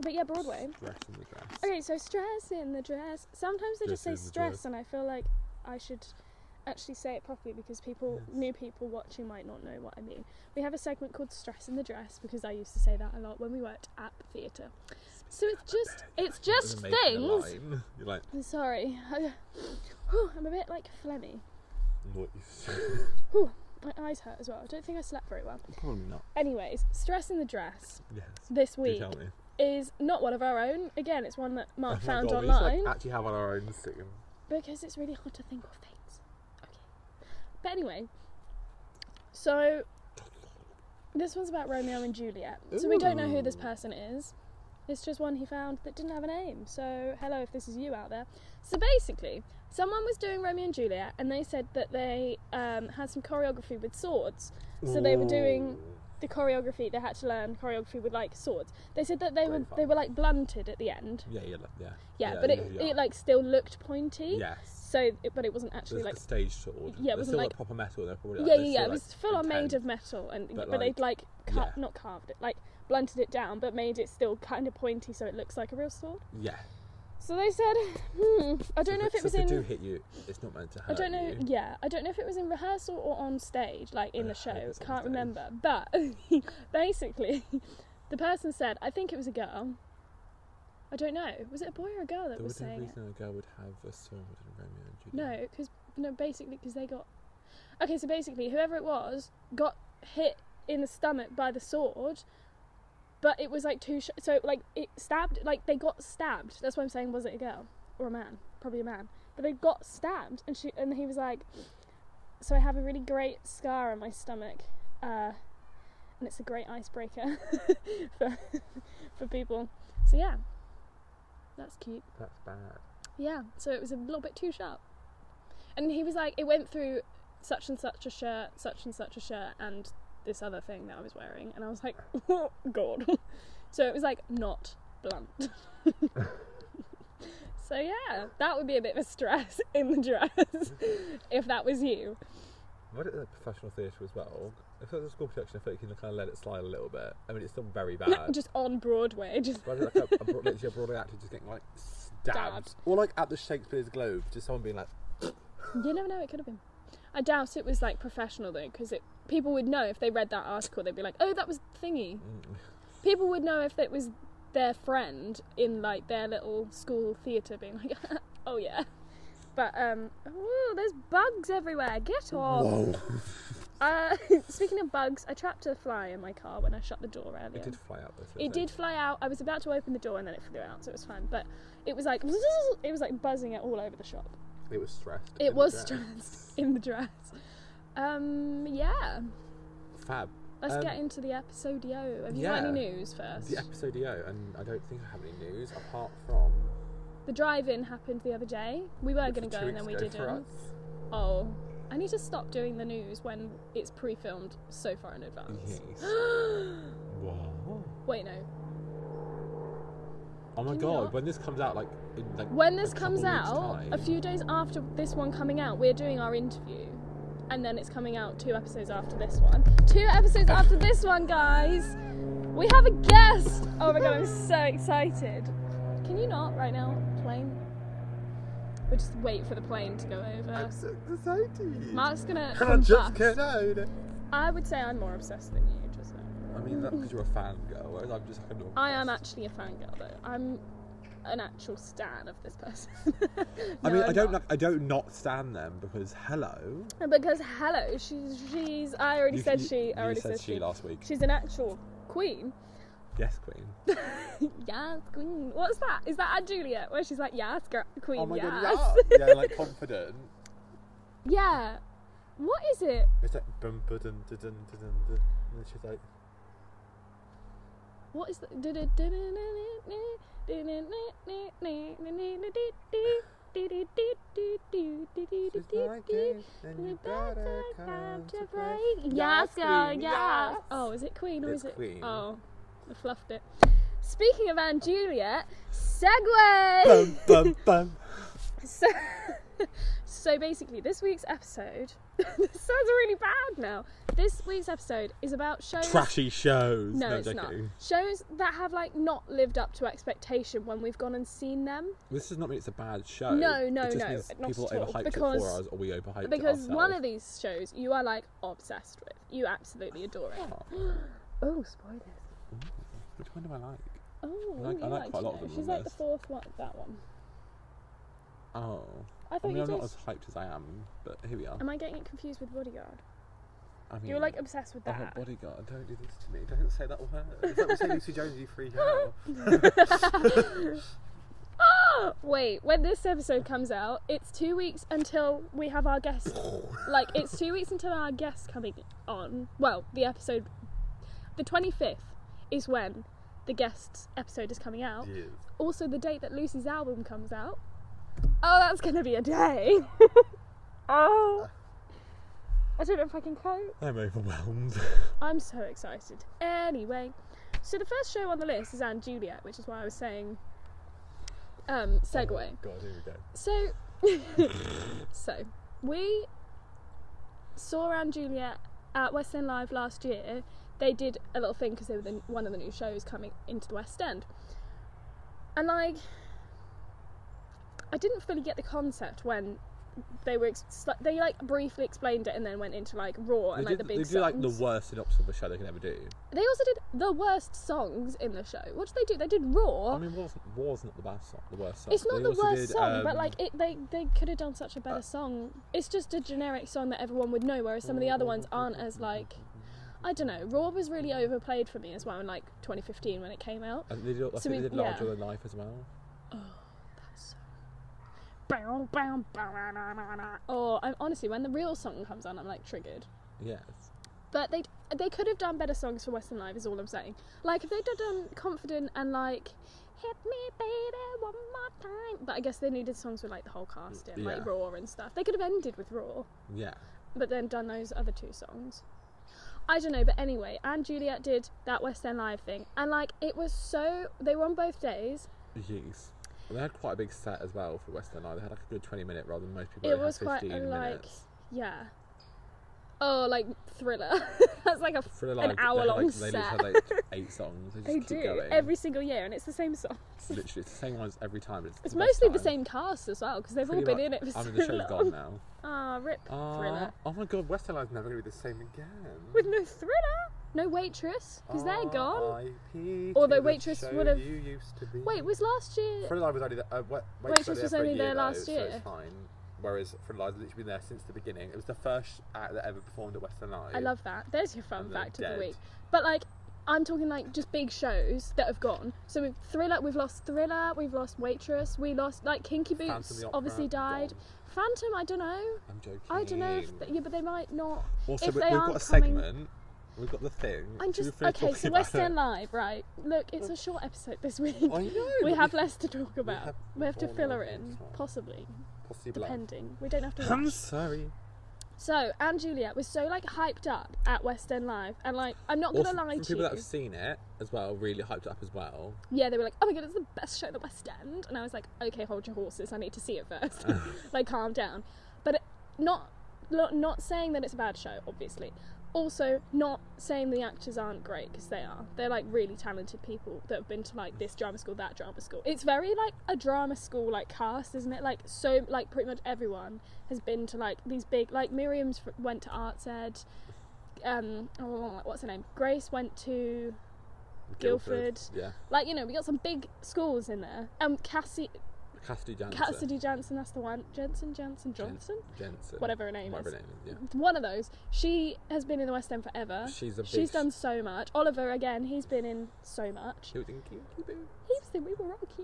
[SPEAKER 1] But yeah, Broadway.
[SPEAKER 2] dress in the dress.
[SPEAKER 1] Okay, so stress in the dress. Sometimes they just
[SPEAKER 2] Dress
[SPEAKER 1] say
[SPEAKER 2] in the
[SPEAKER 1] stress,
[SPEAKER 2] dress.
[SPEAKER 1] and I feel like I should actually say it properly because people,
[SPEAKER 2] Yes.
[SPEAKER 1] new people watching, might not know what I mean. We have a segment called Stress in the Dress because I used to say that a lot when we worked at the theatre. So it's just, it's just
[SPEAKER 2] Making a
[SPEAKER 1] things.
[SPEAKER 2] line. You're like,
[SPEAKER 1] Sorry, [sighs] I, whew, I'm a bit like phlegmy.
[SPEAKER 2] noise.
[SPEAKER 1] My eyes hurt as well. I don't think I slept very well.
[SPEAKER 2] [laughs] Probably not.
[SPEAKER 1] Anyways, stress in the dress
[SPEAKER 2] Yes.
[SPEAKER 1] this
[SPEAKER 2] Do
[SPEAKER 1] week
[SPEAKER 2] tell me.
[SPEAKER 1] is not one of our own. Again, it's one that
[SPEAKER 2] Oh my
[SPEAKER 1] Mark found
[SPEAKER 2] God, we used to, [laughs] like,
[SPEAKER 1] online
[SPEAKER 2] actually have on our own thing.
[SPEAKER 1] because it's really hard to think of things. Okay, but anyway, so this one's about Romeo and Juliet. So we don't know who this
[SPEAKER 2] Ooh.
[SPEAKER 1] person is. It's just one he found that didn't have a name. So hello, if this is you out there. So basically, someone was doing Romeo and Juliet, and they said that they um, had some choreography with swords. So they were doing the choreography they had to learn choreography with like swords they said that they were
[SPEAKER 2] Great fun.
[SPEAKER 1] they were like blunted at the end
[SPEAKER 2] Yeah, yeah, like- yeah.
[SPEAKER 1] yeah, but it,
[SPEAKER 2] yeah.
[SPEAKER 1] it like still looked pointy
[SPEAKER 2] Yes.
[SPEAKER 1] so it, but it wasn't actually
[SPEAKER 2] There's
[SPEAKER 1] like
[SPEAKER 2] a stage sword.
[SPEAKER 1] Yeah, it wasn't
[SPEAKER 2] There's still
[SPEAKER 1] like-
[SPEAKER 2] a proper metal. They're probably like,
[SPEAKER 1] yeah yeah
[SPEAKER 2] they're
[SPEAKER 1] yeah
[SPEAKER 2] still,
[SPEAKER 1] it
[SPEAKER 2] like,
[SPEAKER 1] was full on made
[SPEAKER 2] intense.
[SPEAKER 1] of metal and but,
[SPEAKER 2] But,
[SPEAKER 1] they'd like cut
[SPEAKER 2] yeah.
[SPEAKER 1] not carved it like blunted it down but made it still kind of pointy so it looks like a real sword
[SPEAKER 2] Yeah.
[SPEAKER 1] so they said hmm i don't know if it was
[SPEAKER 2] If they do
[SPEAKER 1] in
[SPEAKER 2] hit you, it's not meant to
[SPEAKER 1] I
[SPEAKER 2] hurt
[SPEAKER 1] don't know.
[SPEAKER 2] you.
[SPEAKER 1] Yeah, I don't know if it was in rehearsal or on stage, like in
[SPEAKER 2] I
[SPEAKER 1] the
[SPEAKER 2] hope
[SPEAKER 1] show.
[SPEAKER 2] it's on
[SPEAKER 1] Can't
[SPEAKER 2] stage.
[SPEAKER 1] remember. But [laughs] basically, [laughs] the person said, I think it was a girl. I don't know. Was it a boy or a girl that
[SPEAKER 2] There
[SPEAKER 1] was
[SPEAKER 2] was no
[SPEAKER 1] saying it?
[SPEAKER 2] reason a girl would have a sword in Romeo and Juliet.
[SPEAKER 1] No, because no, basically because they got. Okay, so basically, whoever it was got hit in the stomach by the sword, but it was like two. Sh- so like it stabbed. Like they got stabbed. That's what I'm saying. Was it a girl or a man? Probably a man. But they got stabbed, and she and he was like, "So I have a really great scar on my stomach, uh, and it's a great icebreaker [laughs] for for people." So yeah, that's cute.
[SPEAKER 2] That's bad.
[SPEAKER 1] Yeah, so it was a little bit too sharp. And he was like, it went through such and such a shirt, such and such a shirt, and this other thing that I was wearing. And I was like, [laughs] oh, God. So it was like, not blunt. [laughs] so yeah, that would be a bit of a stress [laughs] in the dress [laughs] if that was you.
[SPEAKER 2] What at the professional theatre as well? If it was a school production, I feel like you can kind of let it slide a little bit. I mean, it's still very bad.
[SPEAKER 1] [laughs] Just on Broadway, just
[SPEAKER 2] But like a, a, Bro- literally a Broadway actor just getting like stabbed.
[SPEAKER 1] Stabbed.
[SPEAKER 2] Or like at the Shakespeare's Globe, just someone being like,
[SPEAKER 1] You never know. It could have been. I doubt it was like professional though, because it people would know if they read that article. They'd be like, "Oh, that was thingy."
[SPEAKER 2] "Mm,
[SPEAKER 1] People would know if it was their friend in like their little school theatre, being like, [laughs] "Oh yeah." But um, ooh, there's bugs everywhere. Get off.
[SPEAKER 2] whoa.
[SPEAKER 1] Uh, [laughs] speaking of bugs, I trapped a fly in my car when I shut the door earlier.
[SPEAKER 2] It did fly out this.
[SPEAKER 1] It did fly out. I was about to open the door and then it flew out, so it was fine. But it was like [laughs] it was like buzzing it all over the shop.
[SPEAKER 2] It was stressed.
[SPEAKER 1] It
[SPEAKER 2] in the
[SPEAKER 1] was
[SPEAKER 2] dress.
[SPEAKER 1] stressed in the dress. Um, yeah.
[SPEAKER 2] Fab.
[SPEAKER 1] Let's
[SPEAKER 2] Um,
[SPEAKER 1] get into the episodio. Have you got any
[SPEAKER 2] yeah.
[SPEAKER 1] news first?
[SPEAKER 2] The episodio, and I don't think I have any news apart from.
[SPEAKER 1] The drive-in happened the other day. We were
[SPEAKER 2] which
[SPEAKER 1] going
[SPEAKER 2] was
[SPEAKER 1] to
[SPEAKER 2] two
[SPEAKER 1] go and then we
[SPEAKER 2] weeks ago for
[SPEAKER 1] didn't.
[SPEAKER 2] us.
[SPEAKER 1] Oh, I need to stop doing the news when it's pre-filmed so far in
[SPEAKER 2] Mm-hmm.
[SPEAKER 1] advance. [gasps]
[SPEAKER 2] Wow.
[SPEAKER 1] Wait, no.
[SPEAKER 2] Oh my
[SPEAKER 1] Can you
[SPEAKER 2] god!
[SPEAKER 1] not?
[SPEAKER 2] When this comes out, like in like
[SPEAKER 1] When this
[SPEAKER 2] a
[SPEAKER 1] comes
[SPEAKER 2] couple
[SPEAKER 1] out,
[SPEAKER 2] weeks'
[SPEAKER 1] a
[SPEAKER 2] time-
[SPEAKER 1] few days after this one coming out, we're doing our interview. And then it's coming out two episodes after this one. Two
[SPEAKER 2] [laughs]
[SPEAKER 1] episodes after this one, guys! We have a guest! Oh my god, I'm so excited. Can you not right now? Plane? We'll just wait for the plane to go over.
[SPEAKER 2] I'm so excited.
[SPEAKER 1] Mark's gonna.
[SPEAKER 2] Can [laughs] I just
[SPEAKER 1] combust.
[SPEAKER 2] get out?
[SPEAKER 1] I would say I'm more obsessed than you, just now.
[SPEAKER 2] I mean, that's because you're a fangirl, whereas I'm just like a normal.
[SPEAKER 1] I am
[SPEAKER 2] person.
[SPEAKER 1] actually a fangirl, though. I'm an actual stan of this person.
[SPEAKER 2] I mean,
[SPEAKER 1] No,
[SPEAKER 2] I
[SPEAKER 1] I'm
[SPEAKER 2] don't,
[SPEAKER 1] not.
[SPEAKER 2] like, I don't not stand them because hello.
[SPEAKER 1] Because hello, she's she's. I already
[SPEAKER 2] You-
[SPEAKER 1] said
[SPEAKER 2] you-
[SPEAKER 1] she.
[SPEAKER 2] you
[SPEAKER 1] I already
[SPEAKER 2] said she last week.
[SPEAKER 1] She's an actual queen.
[SPEAKER 2] Yes, queen.
[SPEAKER 1] yes, queen. What's that? Is that at Juliet where she's like, yes, gr- queen,
[SPEAKER 2] Oh my
[SPEAKER 1] yes.
[SPEAKER 2] god,
[SPEAKER 1] [laughs]
[SPEAKER 2] yeah, yeah, like confident.
[SPEAKER 1] yeah. What is it?
[SPEAKER 2] It's like bum ba dun dun dun dun dun. dun. And then she's like,
[SPEAKER 1] What is the?
[SPEAKER 2] "She's my king, and you better come to play."
[SPEAKER 1] Yes, girl,
[SPEAKER 2] queen,
[SPEAKER 1] yes.
[SPEAKER 2] yes.
[SPEAKER 1] Oh, is it Queen or
[SPEAKER 2] It's
[SPEAKER 1] is it?
[SPEAKER 2] Queen.
[SPEAKER 1] Oh, I fluffed it. Speaking
[SPEAKER 2] [laughs]
[SPEAKER 1] of Anne Juliet, segue. [laughs]
[SPEAKER 2] Bum bum bum.
[SPEAKER 1] So, [laughs] so basically, this week's episode. [laughs] this sounds really bad now. This week's episode is about shows.
[SPEAKER 2] Trashy shows.
[SPEAKER 1] No, it's not.
[SPEAKER 2] joking.
[SPEAKER 1] Shows that have like not lived up to expectation when we've gone and seen them.
[SPEAKER 2] This does not mean it's a bad show.
[SPEAKER 1] No, no,
[SPEAKER 2] it just
[SPEAKER 1] no,
[SPEAKER 2] Means
[SPEAKER 1] not
[SPEAKER 2] people
[SPEAKER 1] at all,
[SPEAKER 2] overhyped it
[SPEAKER 1] because-
[SPEAKER 2] for us, or we overhyped it
[SPEAKER 1] Because one
[SPEAKER 2] ourselves.
[SPEAKER 1] of these shows you are like obsessed with. You absolutely adore it.
[SPEAKER 2] Oh,
[SPEAKER 1] Oh, spoilers.
[SPEAKER 2] which one do I like?
[SPEAKER 1] Oh,
[SPEAKER 2] I like-
[SPEAKER 1] you
[SPEAKER 2] I like
[SPEAKER 1] to
[SPEAKER 2] quite a lot of
[SPEAKER 1] know.
[SPEAKER 2] them
[SPEAKER 1] She's
[SPEAKER 2] on
[SPEAKER 1] like the
[SPEAKER 2] this.
[SPEAKER 1] fourth one, that one.
[SPEAKER 2] Oh,
[SPEAKER 1] I
[SPEAKER 2] I
[SPEAKER 1] thought
[SPEAKER 2] mean,
[SPEAKER 1] you
[SPEAKER 2] I'm
[SPEAKER 1] did.
[SPEAKER 2] not as hyped as I am, but here we are.
[SPEAKER 1] Am I getting it confused with Bodyguard?
[SPEAKER 2] I mean,
[SPEAKER 1] You were like obsessed with
[SPEAKER 2] Oh,
[SPEAKER 1] that.
[SPEAKER 2] bodyguard, don't do this to me. Don't say that word. It's like we say Lucy Jones, you freak out.
[SPEAKER 1] [laughs]
[SPEAKER 2] [laughs]
[SPEAKER 1] Wait, when this episode comes out, it's two weeks until we have our guest. like, it's two weeks until our guest coming on. Well, the episode, the 25th is when the guest's episode is coming out.
[SPEAKER 2] Yes.
[SPEAKER 1] Also, the date that Lucy's album comes out. Oh, that's gonna be a day. [laughs] oh. I don't know if I can cope.
[SPEAKER 2] I'm overwhelmed.
[SPEAKER 1] I'm so excited. Anyway, so the first show on the list is Anne Juliet, which is why I was saying um, segue.
[SPEAKER 2] Oh, [laughs] God, here we go.
[SPEAKER 1] So, [laughs] so we saw Anne Juliet at West End Live last year. They did a little thing because they were the, one of the new shows coming into the West End, and like, I didn't fully get the concept when they were ex- they like briefly explained it and then went into like raw and
[SPEAKER 2] they
[SPEAKER 1] like
[SPEAKER 2] did,
[SPEAKER 1] the big
[SPEAKER 2] they do like the
[SPEAKER 1] songs.
[SPEAKER 2] worst synopsis of a show they can ever do.
[SPEAKER 1] They also did the worst songs in the show. What did they do? They did Raw.
[SPEAKER 2] I mean, War's, War's not the best song, the worst song.
[SPEAKER 1] it's
[SPEAKER 2] They
[SPEAKER 1] not the
[SPEAKER 2] also
[SPEAKER 1] worst
[SPEAKER 2] did,
[SPEAKER 1] song, but
[SPEAKER 2] um, uh,
[SPEAKER 1] like it, they they could have done such a better song. It's just a generic song that everyone would know, whereas some of the other ones aren't as like. I don't know. Raw was really overplayed for me as well in like 2015 when it came out.
[SPEAKER 2] And uh, they did, I
[SPEAKER 1] So
[SPEAKER 2] think
[SPEAKER 1] we-
[SPEAKER 2] they did
[SPEAKER 1] yeah.
[SPEAKER 2] Larger Than Life as well.
[SPEAKER 1] Or I'm honestly when the real song comes on, I'm like triggered.
[SPEAKER 2] Yes.
[SPEAKER 1] But they they could have done better songs for Western Live is all I'm saying. Like if they'd have done Confident and like Hit Me Baby One More Time, but I guess they needed songs with like the whole cast in, like
[SPEAKER 2] Yeah.
[SPEAKER 1] Raw and stuff. They could have ended with Raw,
[SPEAKER 2] Yeah.
[SPEAKER 1] but then done those other two songs. I don't know, but anyway, Anne Juliet did that West End Live thing, and like it was so they were on both days.
[SPEAKER 2] Yes. And they had quite a big set as well for Western Eye. They had like a good 20 minute rather than most people.
[SPEAKER 1] it
[SPEAKER 2] had
[SPEAKER 1] was quite
[SPEAKER 2] 15
[SPEAKER 1] a, like
[SPEAKER 2] minutes.
[SPEAKER 1] yeah. Oh, like thriller. [laughs] That's like a
[SPEAKER 2] For the,
[SPEAKER 1] an
[SPEAKER 2] like,
[SPEAKER 1] hour long
[SPEAKER 2] they
[SPEAKER 1] set.
[SPEAKER 2] had, like, They literally had like eight
[SPEAKER 1] [laughs]
[SPEAKER 2] songs. They just
[SPEAKER 1] They
[SPEAKER 2] keep
[SPEAKER 1] do
[SPEAKER 2] going.
[SPEAKER 1] every single year, and it's the same songs.
[SPEAKER 2] Literally, it's the same ones every time. It's,
[SPEAKER 1] It's
[SPEAKER 2] the best
[SPEAKER 1] mostly the
[SPEAKER 2] time.
[SPEAKER 1] same cast as well because they've all
[SPEAKER 2] Pretty
[SPEAKER 1] been
[SPEAKER 2] much-
[SPEAKER 1] in it for
[SPEAKER 2] I mean, the
[SPEAKER 1] so
[SPEAKER 2] show's
[SPEAKER 1] long.
[SPEAKER 2] gone now.
[SPEAKER 1] Ah, rip [laughs]
[SPEAKER 2] Uh,
[SPEAKER 1] thriller
[SPEAKER 2] oh my god, Western Live's never going to be the same again.
[SPEAKER 1] with no thriller, no waitress because
[SPEAKER 2] Ah,
[SPEAKER 1] they're gone.
[SPEAKER 2] R.I.P.
[SPEAKER 1] Although
[SPEAKER 2] to the
[SPEAKER 1] Waitress
[SPEAKER 2] show
[SPEAKER 1] would've-
[SPEAKER 2] you used to be.
[SPEAKER 1] Wait, was last year?
[SPEAKER 2] Thriller Live was only there, uh, Wa-
[SPEAKER 1] Waitress
[SPEAKER 2] only
[SPEAKER 1] was
[SPEAKER 2] there for a
[SPEAKER 1] only
[SPEAKER 2] year,
[SPEAKER 1] there
[SPEAKER 2] though,
[SPEAKER 1] last
[SPEAKER 2] so it's
[SPEAKER 1] year.
[SPEAKER 2] fine. Whereas Thriller Live's literally been there since the beginning. It was the first act that ever performed at Western Live.
[SPEAKER 1] I love that. There's your fun
[SPEAKER 2] And they're
[SPEAKER 1] fact of
[SPEAKER 2] dead.
[SPEAKER 1] the week. But like, I'm talking like just big shows that have gone. So we've thriller, we've lost thriller, we've lost waitress, we lost like Kinky
[SPEAKER 2] Phantom of
[SPEAKER 1] Boots
[SPEAKER 2] the Opera,
[SPEAKER 1] obviously died.
[SPEAKER 2] gone.
[SPEAKER 1] Phantom, I don't know.
[SPEAKER 2] I'm joking.
[SPEAKER 1] I don't know. If yeah, but they might not.
[SPEAKER 2] Also,
[SPEAKER 1] if
[SPEAKER 2] we,
[SPEAKER 1] they
[SPEAKER 2] we've
[SPEAKER 1] aren't
[SPEAKER 2] got a
[SPEAKER 1] coming-
[SPEAKER 2] segment. We've got the thing.
[SPEAKER 1] I'm
[SPEAKER 2] Should we
[SPEAKER 1] just
[SPEAKER 2] finish
[SPEAKER 1] okay.
[SPEAKER 2] talking
[SPEAKER 1] So
[SPEAKER 2] about
[SPEAKER 1] West End
[SPEAKER 2] it?
[SPEAKER 1] Live, right? Look, it's a short episode this week.
[SPEAKER 2] I know,
[SPEAKER 1] [laughs] we
[SPEAKER 2] but
[SPEAKER 1] have
[SPEAKER 2] we-
[SPEAKER 1] less to talk about. We have,
[SPEAKER 2] have
[SPEAKER 1] to
[SPEAKER 2] more
[SPEAKER 1] fill her
[SPEAKER 2] than
[SPEAKER 1] in,
[SPEAKER 2] this one.
[SPEAKER 1] possibly,
[SPEAKER 2] Possibly.
[SPEAKER 1] depending. We don't have
[SPEAKER 2] [laughs]
[SPEAKER 1] to.
[SPEAKER 2] I'm
[SPEAKER 1] Rush.
[SPEAKER 2] sorry.
[SPEAKER 1] So Anne Juliet was so like hyped up at West End Live, and like I'm not
[SPEAKER 2] Also,
[SPEAKER 1] gonna lie
[SPEAKER 2] from
[SPEAKER 1] to you.
[SPEAKER 2] people that have seen it as well, really hyped it up as well.
[SPEAKER 1] Yeah, they were like, "Oh my god, it's the best show at the West End," and I was like, "Okay, hold your horses. I need to see it first. [laughs] like, calm down." But it, not not not saying that it's a bad show, obviously. Also, not saying the actors aren't great because they are. They're like really talented people that have been to like this drama school, that drama school. It's very like a drama school like cast, isn't it? Like so, like pretty much everyone has been to like these big. Like Miriam's fr- went to Arts Ed. Um, oh, what's her name? Grace went to Guildford.
[SPEAKER 2] Yeah.
[SPEAKER 1] like you know we got some big schools in there um cassie
[SPEAKER 2] Cassidy Jansen.
[SPEAKER 1] cassidy jansen that's the one jensen jansen
[SPEAKER 2] Jen-
[SPEAKER 1] johnson
[SPEAKER 2] Jensen.
[SPEAKER 1] Whatever her name
[SPEAKER 2] Whatever
[SPEAKER 1] is.
[SPEAKER 2] her name is, yeah.
[SPEAKER 1] one of those she has been in the west end forever
[SPEAKER 2] She's a
[SPEAKER 1] she's
[SPEAKER 2] beast.
[SPEAKER 1] done so much oliver again he's been in so much
[SPEAKER 2] He was in Kinky Boo.
[SPEAKER 1] he was in we were rocky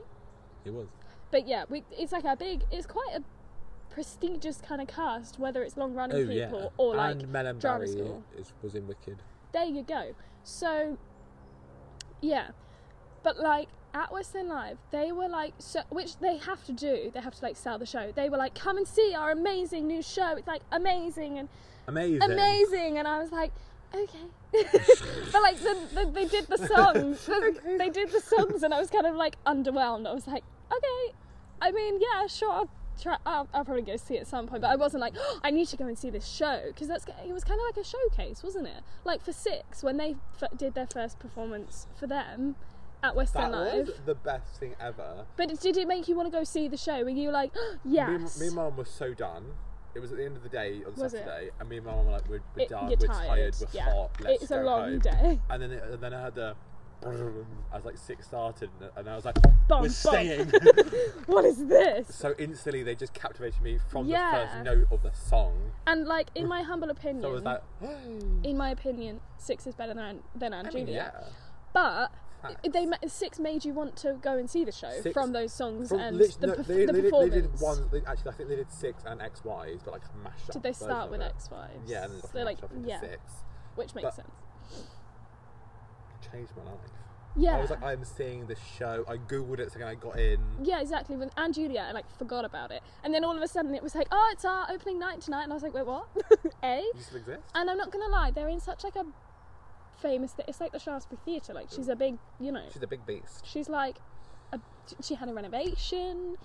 [SPEAKER 2] He was.
[SPEAKER 1] but yeah we, it's like a big it's quite a prestigious kind of cast whether it's long running
[SPEAKER 2] Oh
[SPEAKER 1] people
[SPEAKER 2] yeah.
[SPEAKER 1] or like
[SPEAKER 2] and Mel and
[SPEAKER 1] drama
[SPEAKER 2] Barry
[SPEAKER 1] school.
[SPEAKER 2] is, was in Wicked.
[SPEAKER 1] there you go. So, yeah, but like at West End Live, they were like, so, which they have to do. They have to like sell the show. They were like, come and see our amazing new show. It's like amazing and
[SPEAKER 2] Amazing.
[SPEAKER 1] amazing, and I was like. Okay, [laughs] but like the, the, they did the songs,
[SPEAKER 2] [laughs]
[SPEAKER 1] the- they did the songs, and I was kind of like underwhelmed. I was like, okay, I mean, yeah, sure, try, I'll, I'll probably go see it at some point. But I wasn't like, [gasps] I need to go and see this show because that's it was kind of like a showcase, wasn't it? Like for Six when they f- did their first performance for them at West
[SPEAKER 2] That
[SPEAKER 1] End Live.
[SPEAKER 2] was the best thing ever.
[SPEAKER 1] But did it make you want to go see the show? Were you like, [gasps]
[SPEAKER 2] Me and-
[SPEAKER 1] yes?
[SPEAKER 2] Me, and mum were so done. It was at the end of the day on
[SPEAKER 1] Was it?
[SPEAKER 2] Saturday, and me and mum were like, "We're, we're
[SPEAKER 1] It-
[SPEAKER 2] done.
[SPEAKER 1] you're
[SPEAKER 2] We're
[SPEAKER 1] tired,
[SPEAKER 2] tired. We're
[SPEAKER 1] yeah.
[SPEAKER 2] hot. Let's
[SPEAKER 1] it's a
[SPEAKER 2] go
[SPEAKER 1] long
[SPEAKER 2] home."
[SPEAKER 1] day.
[SPEAKER 2] And then, it, and then I had the. I was like six started, and- and I was like,
[SPEAKER 1] Bum, bum.
[SPEAKER 2] "We're [laughs] staying."
[SPEAKER 1] What is this?
[SPEAKER 2] so instantly, they just captivated me from
[SPEAKER 1] Yeah.
[SPEAKER 2] the first note of the song.
[SPEAKER 1] And like, in my humble opinion,
[SPEAKER 2] So I was like, [gasps]
[SPEAKER 1] in my opinion, Six is better than than Anne
[SPEAKER 2] I mean,
[SPEAKER 1] Julia.
[SPEAKER 2] yeah.
[SPEAKER 1] But
[SPEAKER 2] Facts.
[SPEAKER 1] they ma- Six made you want to go and see the show
[SPEAKER 2] Six-
[SPEAKER 1] from those songs
[SPEAKER 2] From
[SPEAKER 1] and
[SPEAKER 2] lit-
[SPEAKER 1] the,
[SPEAKER 2] no,
[SPEAKER 1] perf-
[SPEAKER 2] they,
[SPEAKER 1] the
[SPEAKER 2] they did- they
[SPEAKER 1] performance.
[SPEAKER 2] did one. They, actually, I think they did six and X Y's, but like a mashed up.
[SPEAKER 1] Did they
[SPEAKER 2] version
[SPEAKER 1] start
[SPEAKER 2] of
[SPEAKER 1] with
[SPEAKER 2] it.
[SPEAKER 1] X Five?
[SPEAKER 2] Yeah, and then
[SPEAKER 1] so like,
[SPEAKER 2] mashed up into
[SPEAKER 1] yeah,
[SPEAKER 2] six.
[SPEAKER 1] which makes
[SPEAKER 2] but-
[SPEAKER 1] sense.
[SPEAKER 2] Changed my life.
[SPEAKER 1] Yeah,
[SPEAKER 2] I was like, I'm seeing this show. I googled it the second I got in.
[SPEAKER 1] yeah, exactly. With Anne Julia, I like forgot about it, and then all of a sudden it was like, oh, it's our opening night tonight, and I was like, wait, what? [laughs] eh?
[SPEAKER 2] You still exist?
[SPEAKER 1] And I'm not gonna lie, they're in such like a famous. Th- it's like the Shaftesbury Theatre. Like she's a big, you know,
[SPEAKER 2] She's a big beast.
[SPEAKER 1] she's like, a, she had a renovation.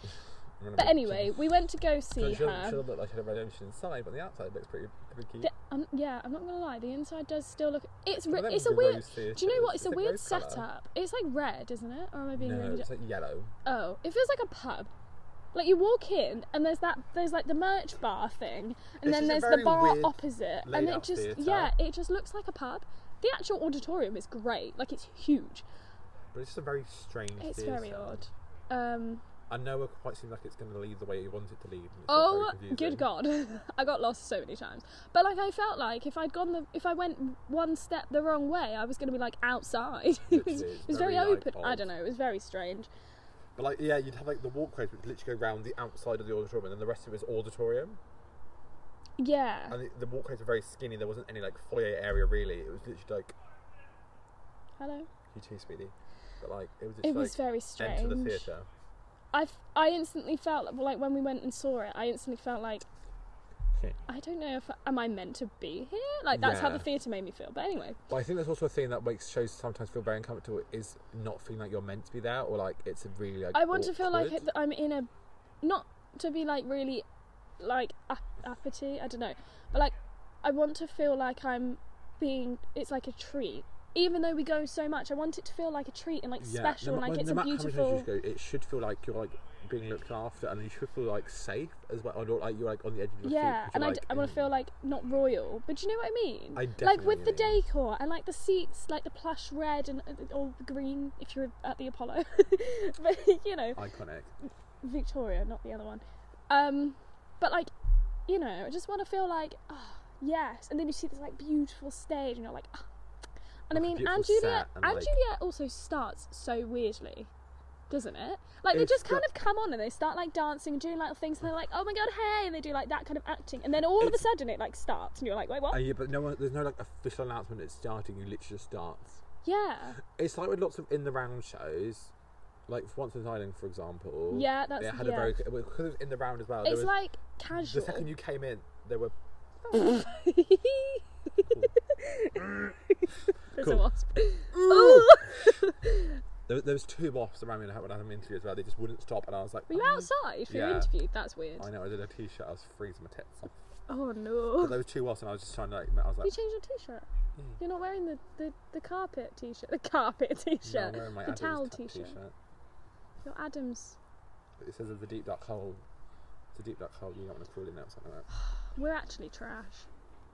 [SPEAKER 2] I'm gonna
[SPEAKER 1] But
[SPEAKER 2] make-
[SPEAKER 1] anyway, we went to go
[SPEAKER 2] she,
[SPEAKER 1] see
[SPEAKER 2] she, doesn't-
[SPEAKER 1] her.
[SPEAKER 2] she doesn't look like she had a redemption inside, but the outside looks pretty, pretty cute.
[SPEAKER 1] The, um, yeah, I'm not gonna lie. The inside does still look. It's
[SPEAKER 2] One
[SPEAKER 1] re-
[SPEAKER 2] of them
[SPEAKER 1] it's a weird.
[SPEAKER 2] gross theatres.
[SPEAKER 1] Do you know what? It's
[SPEAKER 2] Is
[SPEAKER 1] a
[SPEAKER 2] it
[SPEAKER 1] weird
[SPEAKER 2] rose colour?
[SPEAKER 1] setup. It's like red, isn't it? Or am I being
[SPEAKER 2] No,
[SPEAKER 1] really?
[SPEAKER 2] it's like yellow.
[SPEAKER 1] oh, it feels like a pub. Like you walk in and there's that there's like the merch bar thing, and
[SPEAKER 2] It's
[SPEAKER 1] then
[SPEAKER 2] just a
[SPEAKER 1] there's the
[SPEAKER 2] very
[SPEAKER 1] bar
[SPEAKER 2] weird
[SPEAKER 1] opposite, and it
[SPEAKER 2] laid-out
[SPEAKER 1] just
[SPEAKER 2] theatre.
[SPEAKER 1] yeah, it just looks like a pub. The actual auditorium is great. Like it's huge.
[SPEAKER 2] But it's just a very strange
[SPEAKER 1] It's
[SPEAKER 2] theatre.
[SPEAKER 1] very odd. Um,
[SPEAKER 2] I know it quite seems like it's going to lead the way you want it to lead. and it's all very
[SPEAKER 1] oh,
[SPEAKER 2] confusing.
[SPEAKER 1] good God, [laughs] I got lost so many times. But like, I felt like if I'd gone the if I went one step the wrong way, I was gonna be like outside. [laughs] it was,
[SPEAKER 2] Literally,
[SPEAKER 1] it
[SPEAKER 2] it's
[SPEAKER 1] was very,
[SPEAKER 2] very, like,
[SPEAKER 1] open. I
[SPEAKER 2] odd.
[SPEAKER 1] don't know. It was very strange.
[SPEAKER 2] But like, yeah, you'd have like the walkways which literally go round the outside of the auditorium, and then the rest of it is auditorium.
[SPEAKER 1] Yeah,
[SPEAKER 2] And the, the walkways were very skinny. There wasn't any like foyer area really. It was literally like
[SPEAKER 1] hello.
[SPEAKER 2] you too, Speedy. But like, it was just
[SPEAKER 1] It was
[SPEAKER 2] like
[SPEAKER 1] very strange.
[SPEAKER 2] enter the theatre.
[SPEAKER 1] I, f- I instantly felt like when we went and saw it, I instantly felt like
[SPEAKER 2] Okay.
[SPEAKER 1] I don't know if am I meant to be here. Like that's how
[SPEAKER 2] Yeah.
[SPEAKER 1] the theatre made me feel. But anyway,
[SPEAKER 2] But I think that's also a thing that makes shows sometimes feel very uncomfortable is not feeling like you're meant to be there or like it's a really like.
[SPEAKER 1] I want to feel like
[SPEAKER 2] awkward-
[SPEAKER 1] that I'm in a not to be like really like ap- apathy. I don't know, but like I want to feel like I'm being. It's like a treat. Even though we go so much, I want it to feel like a treat and like
[SPEAKER 2] Yeah,
[SPEAKER 1] special and
[SPEAKER 2] no, ma-
[SPEAKER 1] like
[SPEAKER 2] no
[SPEAKER 1] it's a
[SPEAKER 2] matter how many times you
[SPEAKER 1] beautiful.
[SPEAKER 2] go, it should feel like you're like being looked after and you should feel like safe as well. Or not like you're like on the edge of your
[SPEAKER 1] Yeah,
[SPEAKER 2] seat. 'cause
[SPEAKER 1] and
[SPEAKER 2] you're,
[SPEAKER 1] I, d- I want to
[SPEAKER 2] in-
[SPEAKER 1] feel like not royal, but you know what I mean.
[SPEAKER 2] I definitely
[SPEAKER 1] like
[SPEAKER 2] know
[SPEAKER 1] with
[SPEAKER 2] what
[SPEAKER 1] the
[SPEAKER 2] you mean.
[SPEAKER 1] decor and like the seats, like the plush red and or green if you're at the Apollo, [laughs] but you know
[SPEAKER 2] iconic.
[SPEAKER 1] Victoria, not the other one. Um, but like, you know, I just want to feel like, oh, yes. And then you see this like beautiful stage, and you're like, ah. and I
[SPEAKER 2] Like a
[SPEAKER 1] mean,
[SPEAKER 2] beautiful
[SPEAKER 1] and Julia,
[SPEAKER 2] set
[SPEAKER 1] and
[SPEAKER 2] and, like-
[SPEAKER 1] Julia also starts so weirdly, doesn't it? Like they
[SPEAKER 2] It's
[SPEAKER 1] just kind
[SPEAKER 2] got-
[SPEAKER 1] of come on and they start like dancing and doing little things, and they're like, oh my god, hey, and they do like that kind of acting, and then all of a
[SPEAKER 2] It's-
[SPEAKER 1] sudden it like starts, and you're like, wait, what?
[SPEAKER 2] Uh, yeah, but no one, there's no like official announcement it's starting. You literally just starts.
[SPEAKER 1] yeah,
[SPEAKER 2] It's like with lots of in the round shows, like for Once in Island, for example.
[SPEAKER 1] Yeah, that's-
[SPEAKER 2] they had
[SPEAKER 1] yeah.
[SPEAKER 2] a very well, because it was in the round as well. there
[SPEAKER 1] it's
[SPEAKER 2] was,
[SPEAKER 1] like
[SPEAKER 2] the
[SPEAKER 1] casual.
[SPEAKER 2] second you came in, there were
[SPEAKER 1] [laughs] There's a
[SPEAKER 2] Cool.
[SPEAKER 1] wasp. Oh!
[SPEAKER 2] there, there was two wasps around me when I had an interview as well. They just wouldn't stop, and I was like,
[SPEAKER 1] Were you
[SPEAKER 2] "Oh."
[SPEAKER 1] outside for your
[SPEAKER 2] Yeah.
[SPEAKER 1] interview? That's weird.
[SPEAKER 2] I know I did a t-shirt. I was freezing my tits off.
[SPEAKER 1] Oh
[SPEAKER 2] But
[SPEAKER 1] no.
[SPEAKER 2] there was two wasps, and I was just trying to like, I Hmm. was like,
[SPEAKER 1] You changed your t-shirt. You're not wearing the, the, the carpet t-shirt. The carpet [laughs]
[SPEAKER 2] "No,
[SPEAKER 1] t-shirt.
[SPEAKER 2] I'm wearing my
[SPEAKER 1] the
[SPEAKER 2] Adidas
[SPEAKER 1] towel
[SPEAKER 2] t-
[SPEAKER 1] t-shirt. Your Adams.
[SPEAKER 2] But It says there's a deep dark hole. It's a deep dark hole. You don't want to crawl in there or something like that.
[SPEAKER 1] We're actually trash.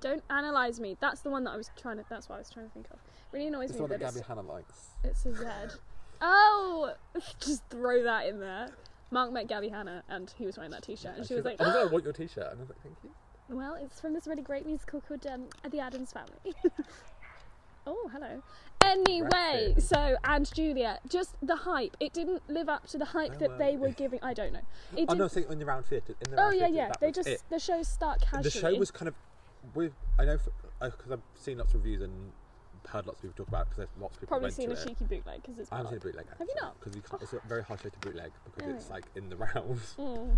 [SPEAKER 1] Don't analyse me. That's the one that I was trying to. That's what I was trying to think of. Really annoys
[SPEAKER 2] It's the
[SPEAKER 1] me.
[SPEAKER 2] one that
[SPEAKER 1] that
[SPEAKER 2] Gabby
[SPEAKER 1] it's,
[SPEAKER 2] Hannah likes.
[SPEAKER 1] it's a Z. oh, [laughs] just throw that in there. Mark met Gabby Hanna, and he was wearing that T-shirt, and she was like, "Ah!"
[SPEAKER 2] "Oh my god, I want your t-shirt," and I was like, "Thank you."
[SPEAKER 1] "Well, it's from this really great musical called um, The Adams Family." [laughs] oh, hello. Anyway,
[SPEAKER 2] Rapid.
[SPEAKER 1] so and Julia, just the hype. It didn't live up to the hype
[SPEAKER 2] Oh,
[SPEAKER 1] that
[SPEAKER 2] well.
[SPEAKER 1] they were giving. I don't know. It
[SPEAKER 2] Oh
[SPEAKER 1] didn't.
[SPEAKER 2] no, so in the round theatre. In the
[SPEAKER 1] Oh
[SPEAKER 2] round
[SPEAKER 1] yeah,
[SPEAKER 2] theatre,
[SPEAKER 1] yeah.
[SPEAKER 2] that
[SPEAKER 1] They
[SPEAKER 2] was
[SPEAKER 1] just
[SPEAKER 2] it.
[SPEAKER 1] the shows start casually.
[SPEAKER 2] the show was kind of with. I know because I've seen lots of reviews and heard lots of people talk about because there's lots of people
[SPEAKER 1] probably
[SPEAKER 2] went
[SPEAKER 1] seen
[SPEAKER 2] to
[SPEAKER 1] a
[SPEAKER 2] it.
[SPEAKER 1] cheeky bootleg because it's.
[SPEAKER 2] I haven't
[SPEAKER 1] odd.
[SPEAKER 2] seen a bootleg.
[SPEAKER 1] you
[SPEAKER 2] Actually,
[SPEAKER 1] not?
[SPEAKER 2] Because you can't. It's a very hard show to bootleg because
[SPEAKER 1] Oh.
[SPEAKER 2] it's like in the [laughs] round,
[SPEAKER 1] Mm.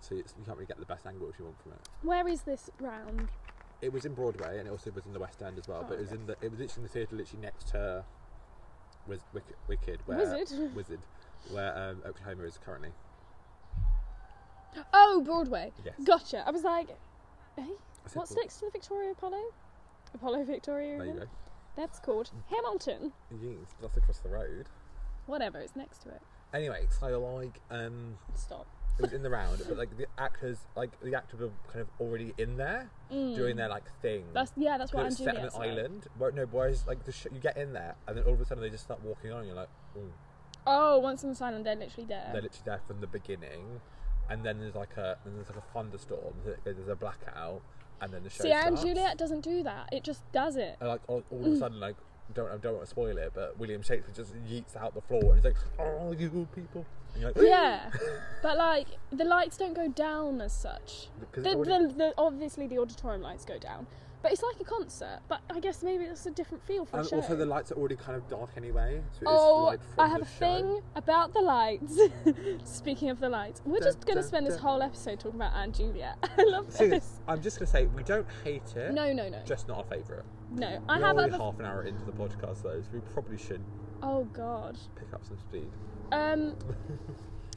[SPEAKER 2] so it's, you can't really get the best angle if you want from it.
[SPEAKER 1] Where is this round?
[SPEAKER 2] It was in Broadway and it also was in the West End as well.
[SPEAKER 1] Oh,
[SPEAKER 2] but it was
[SPEAKER 1] okay.
[SPEAKER 2] in the. It was literally in the theatre, literally next to. Wiz, Wicked, Wicked, where
[SPEAKER 1] Wizard.
[SPEAKER 2] Wizard, where um, Oklahoma is currently.
[SPEAKER 1] Oh, Broadway.
[SPEAKER 2] Yes.
[SPEAKER 1] Gotcha. I was like, eh?
[SPEAKER 2] I said
[SPEAKER 1] What's
[SPEAKER 2] Broadway.
[SPEAKER 1] next to the Victoria Apollo? Apollo Victoria.
[SPEAKER 2] There you
[SPEAKER 1] Arena?
[SPEAKER 2] go.
[SPEAKER 1] That's called Hamilton.
[SPEAKER 2] Yes, that's across the road.
[SPEAKER 1] Whatever is next to it.
[SPEAKER 2] Anyway, so like, um,
[SPEAKER 1] Stop.
[SPEAKER 2] it was in the round, but like the actors, like the actors were kind of already in there
[SPEAKER 1] Mm.
[SPEAKER 2] doing their like thing.
[SPEAKER 1] That's yeah. That's
[SPEAKER 2] So
[SPEAKER 1] what I'm
[SPEAKER 2] it's
[SPEAKER 1] doing.
[SPEAKER 2] set on an island. Where, no, whereas like the sh- you get in there, and then all of a sudden they just start walking on. And you're like, Ooh.
[SPEAKER 1] Oh, once on this island, they're literally there.
[SPEAKER 2] they're literally there from the beginning. And then there's like a then there's like a thunderstorm. There's a blackout, and then the show
[SPEAKER 1] See, Anne
[SPEAKER 2] starts.
[SPEAKER 1] Juliet Mm. doesn't do that. It just does it.
[SPEAKER 2] And like all, all of a sudden, like don't I don't want to spoil it, but William Shakespeare just yeets out the floor, and he's like, "Oh, you good people." And you're like,
[SPEAKER 1] yeah, [laughs] but like the lights don't go down as such.
[SPEAKER 2] Because
[SPEAKER 1] The,
[SPEAKER 2] it already-
[SPEAKER 1] the, the, obviously the auditorium lights go down, but it's like a concert. But I guess maybe it's a different feel for a
[SPEAKER 2] And
[SPEAKER 1] show.
[SPEAKER 2] also, the lights are already kind of dark anyway. So it's
[SPEAKER 1] Oh,
[SPEAKER 2] light from
[SPEAKER 1] I have
[SPEAKER 2] the
[SPEAKER 1] a
[SPEAKER 2] show.
[SPEAKER 1] thing about the lights. [laughs] Speaking of the lights, we're
[SPEAKER 2] Dun,
[SPEAKER 1] just going to
[SPEAKER 2] dun,
[SPEAKER 1] spend this
[SPEAKER 2] dun.
[SPEAKER 1] whole episode talking about Anne Juliet. [laughs] I love
[SPEAKER 2] See,
[SPEAKER 1] this.
[SPEAKER 2] I'm just gonna say we don't hate it.
[SPEAKER 1] No, no, no,
[SPEAKER 2] just not our favourite.
[SPEAKER 1] no. I
[SPEAKER 2] We're
[SPEAKER 1] have
[SPEAKER 2] only
[SPEAKER 1] other.
[SPEAKER 2] half an hour into the podcast though, so we probably should
[SPEAKER 1] Oh God.
[SPEAKER 2] pick up some speed. [laughs]
[SPEAKER 1] Um,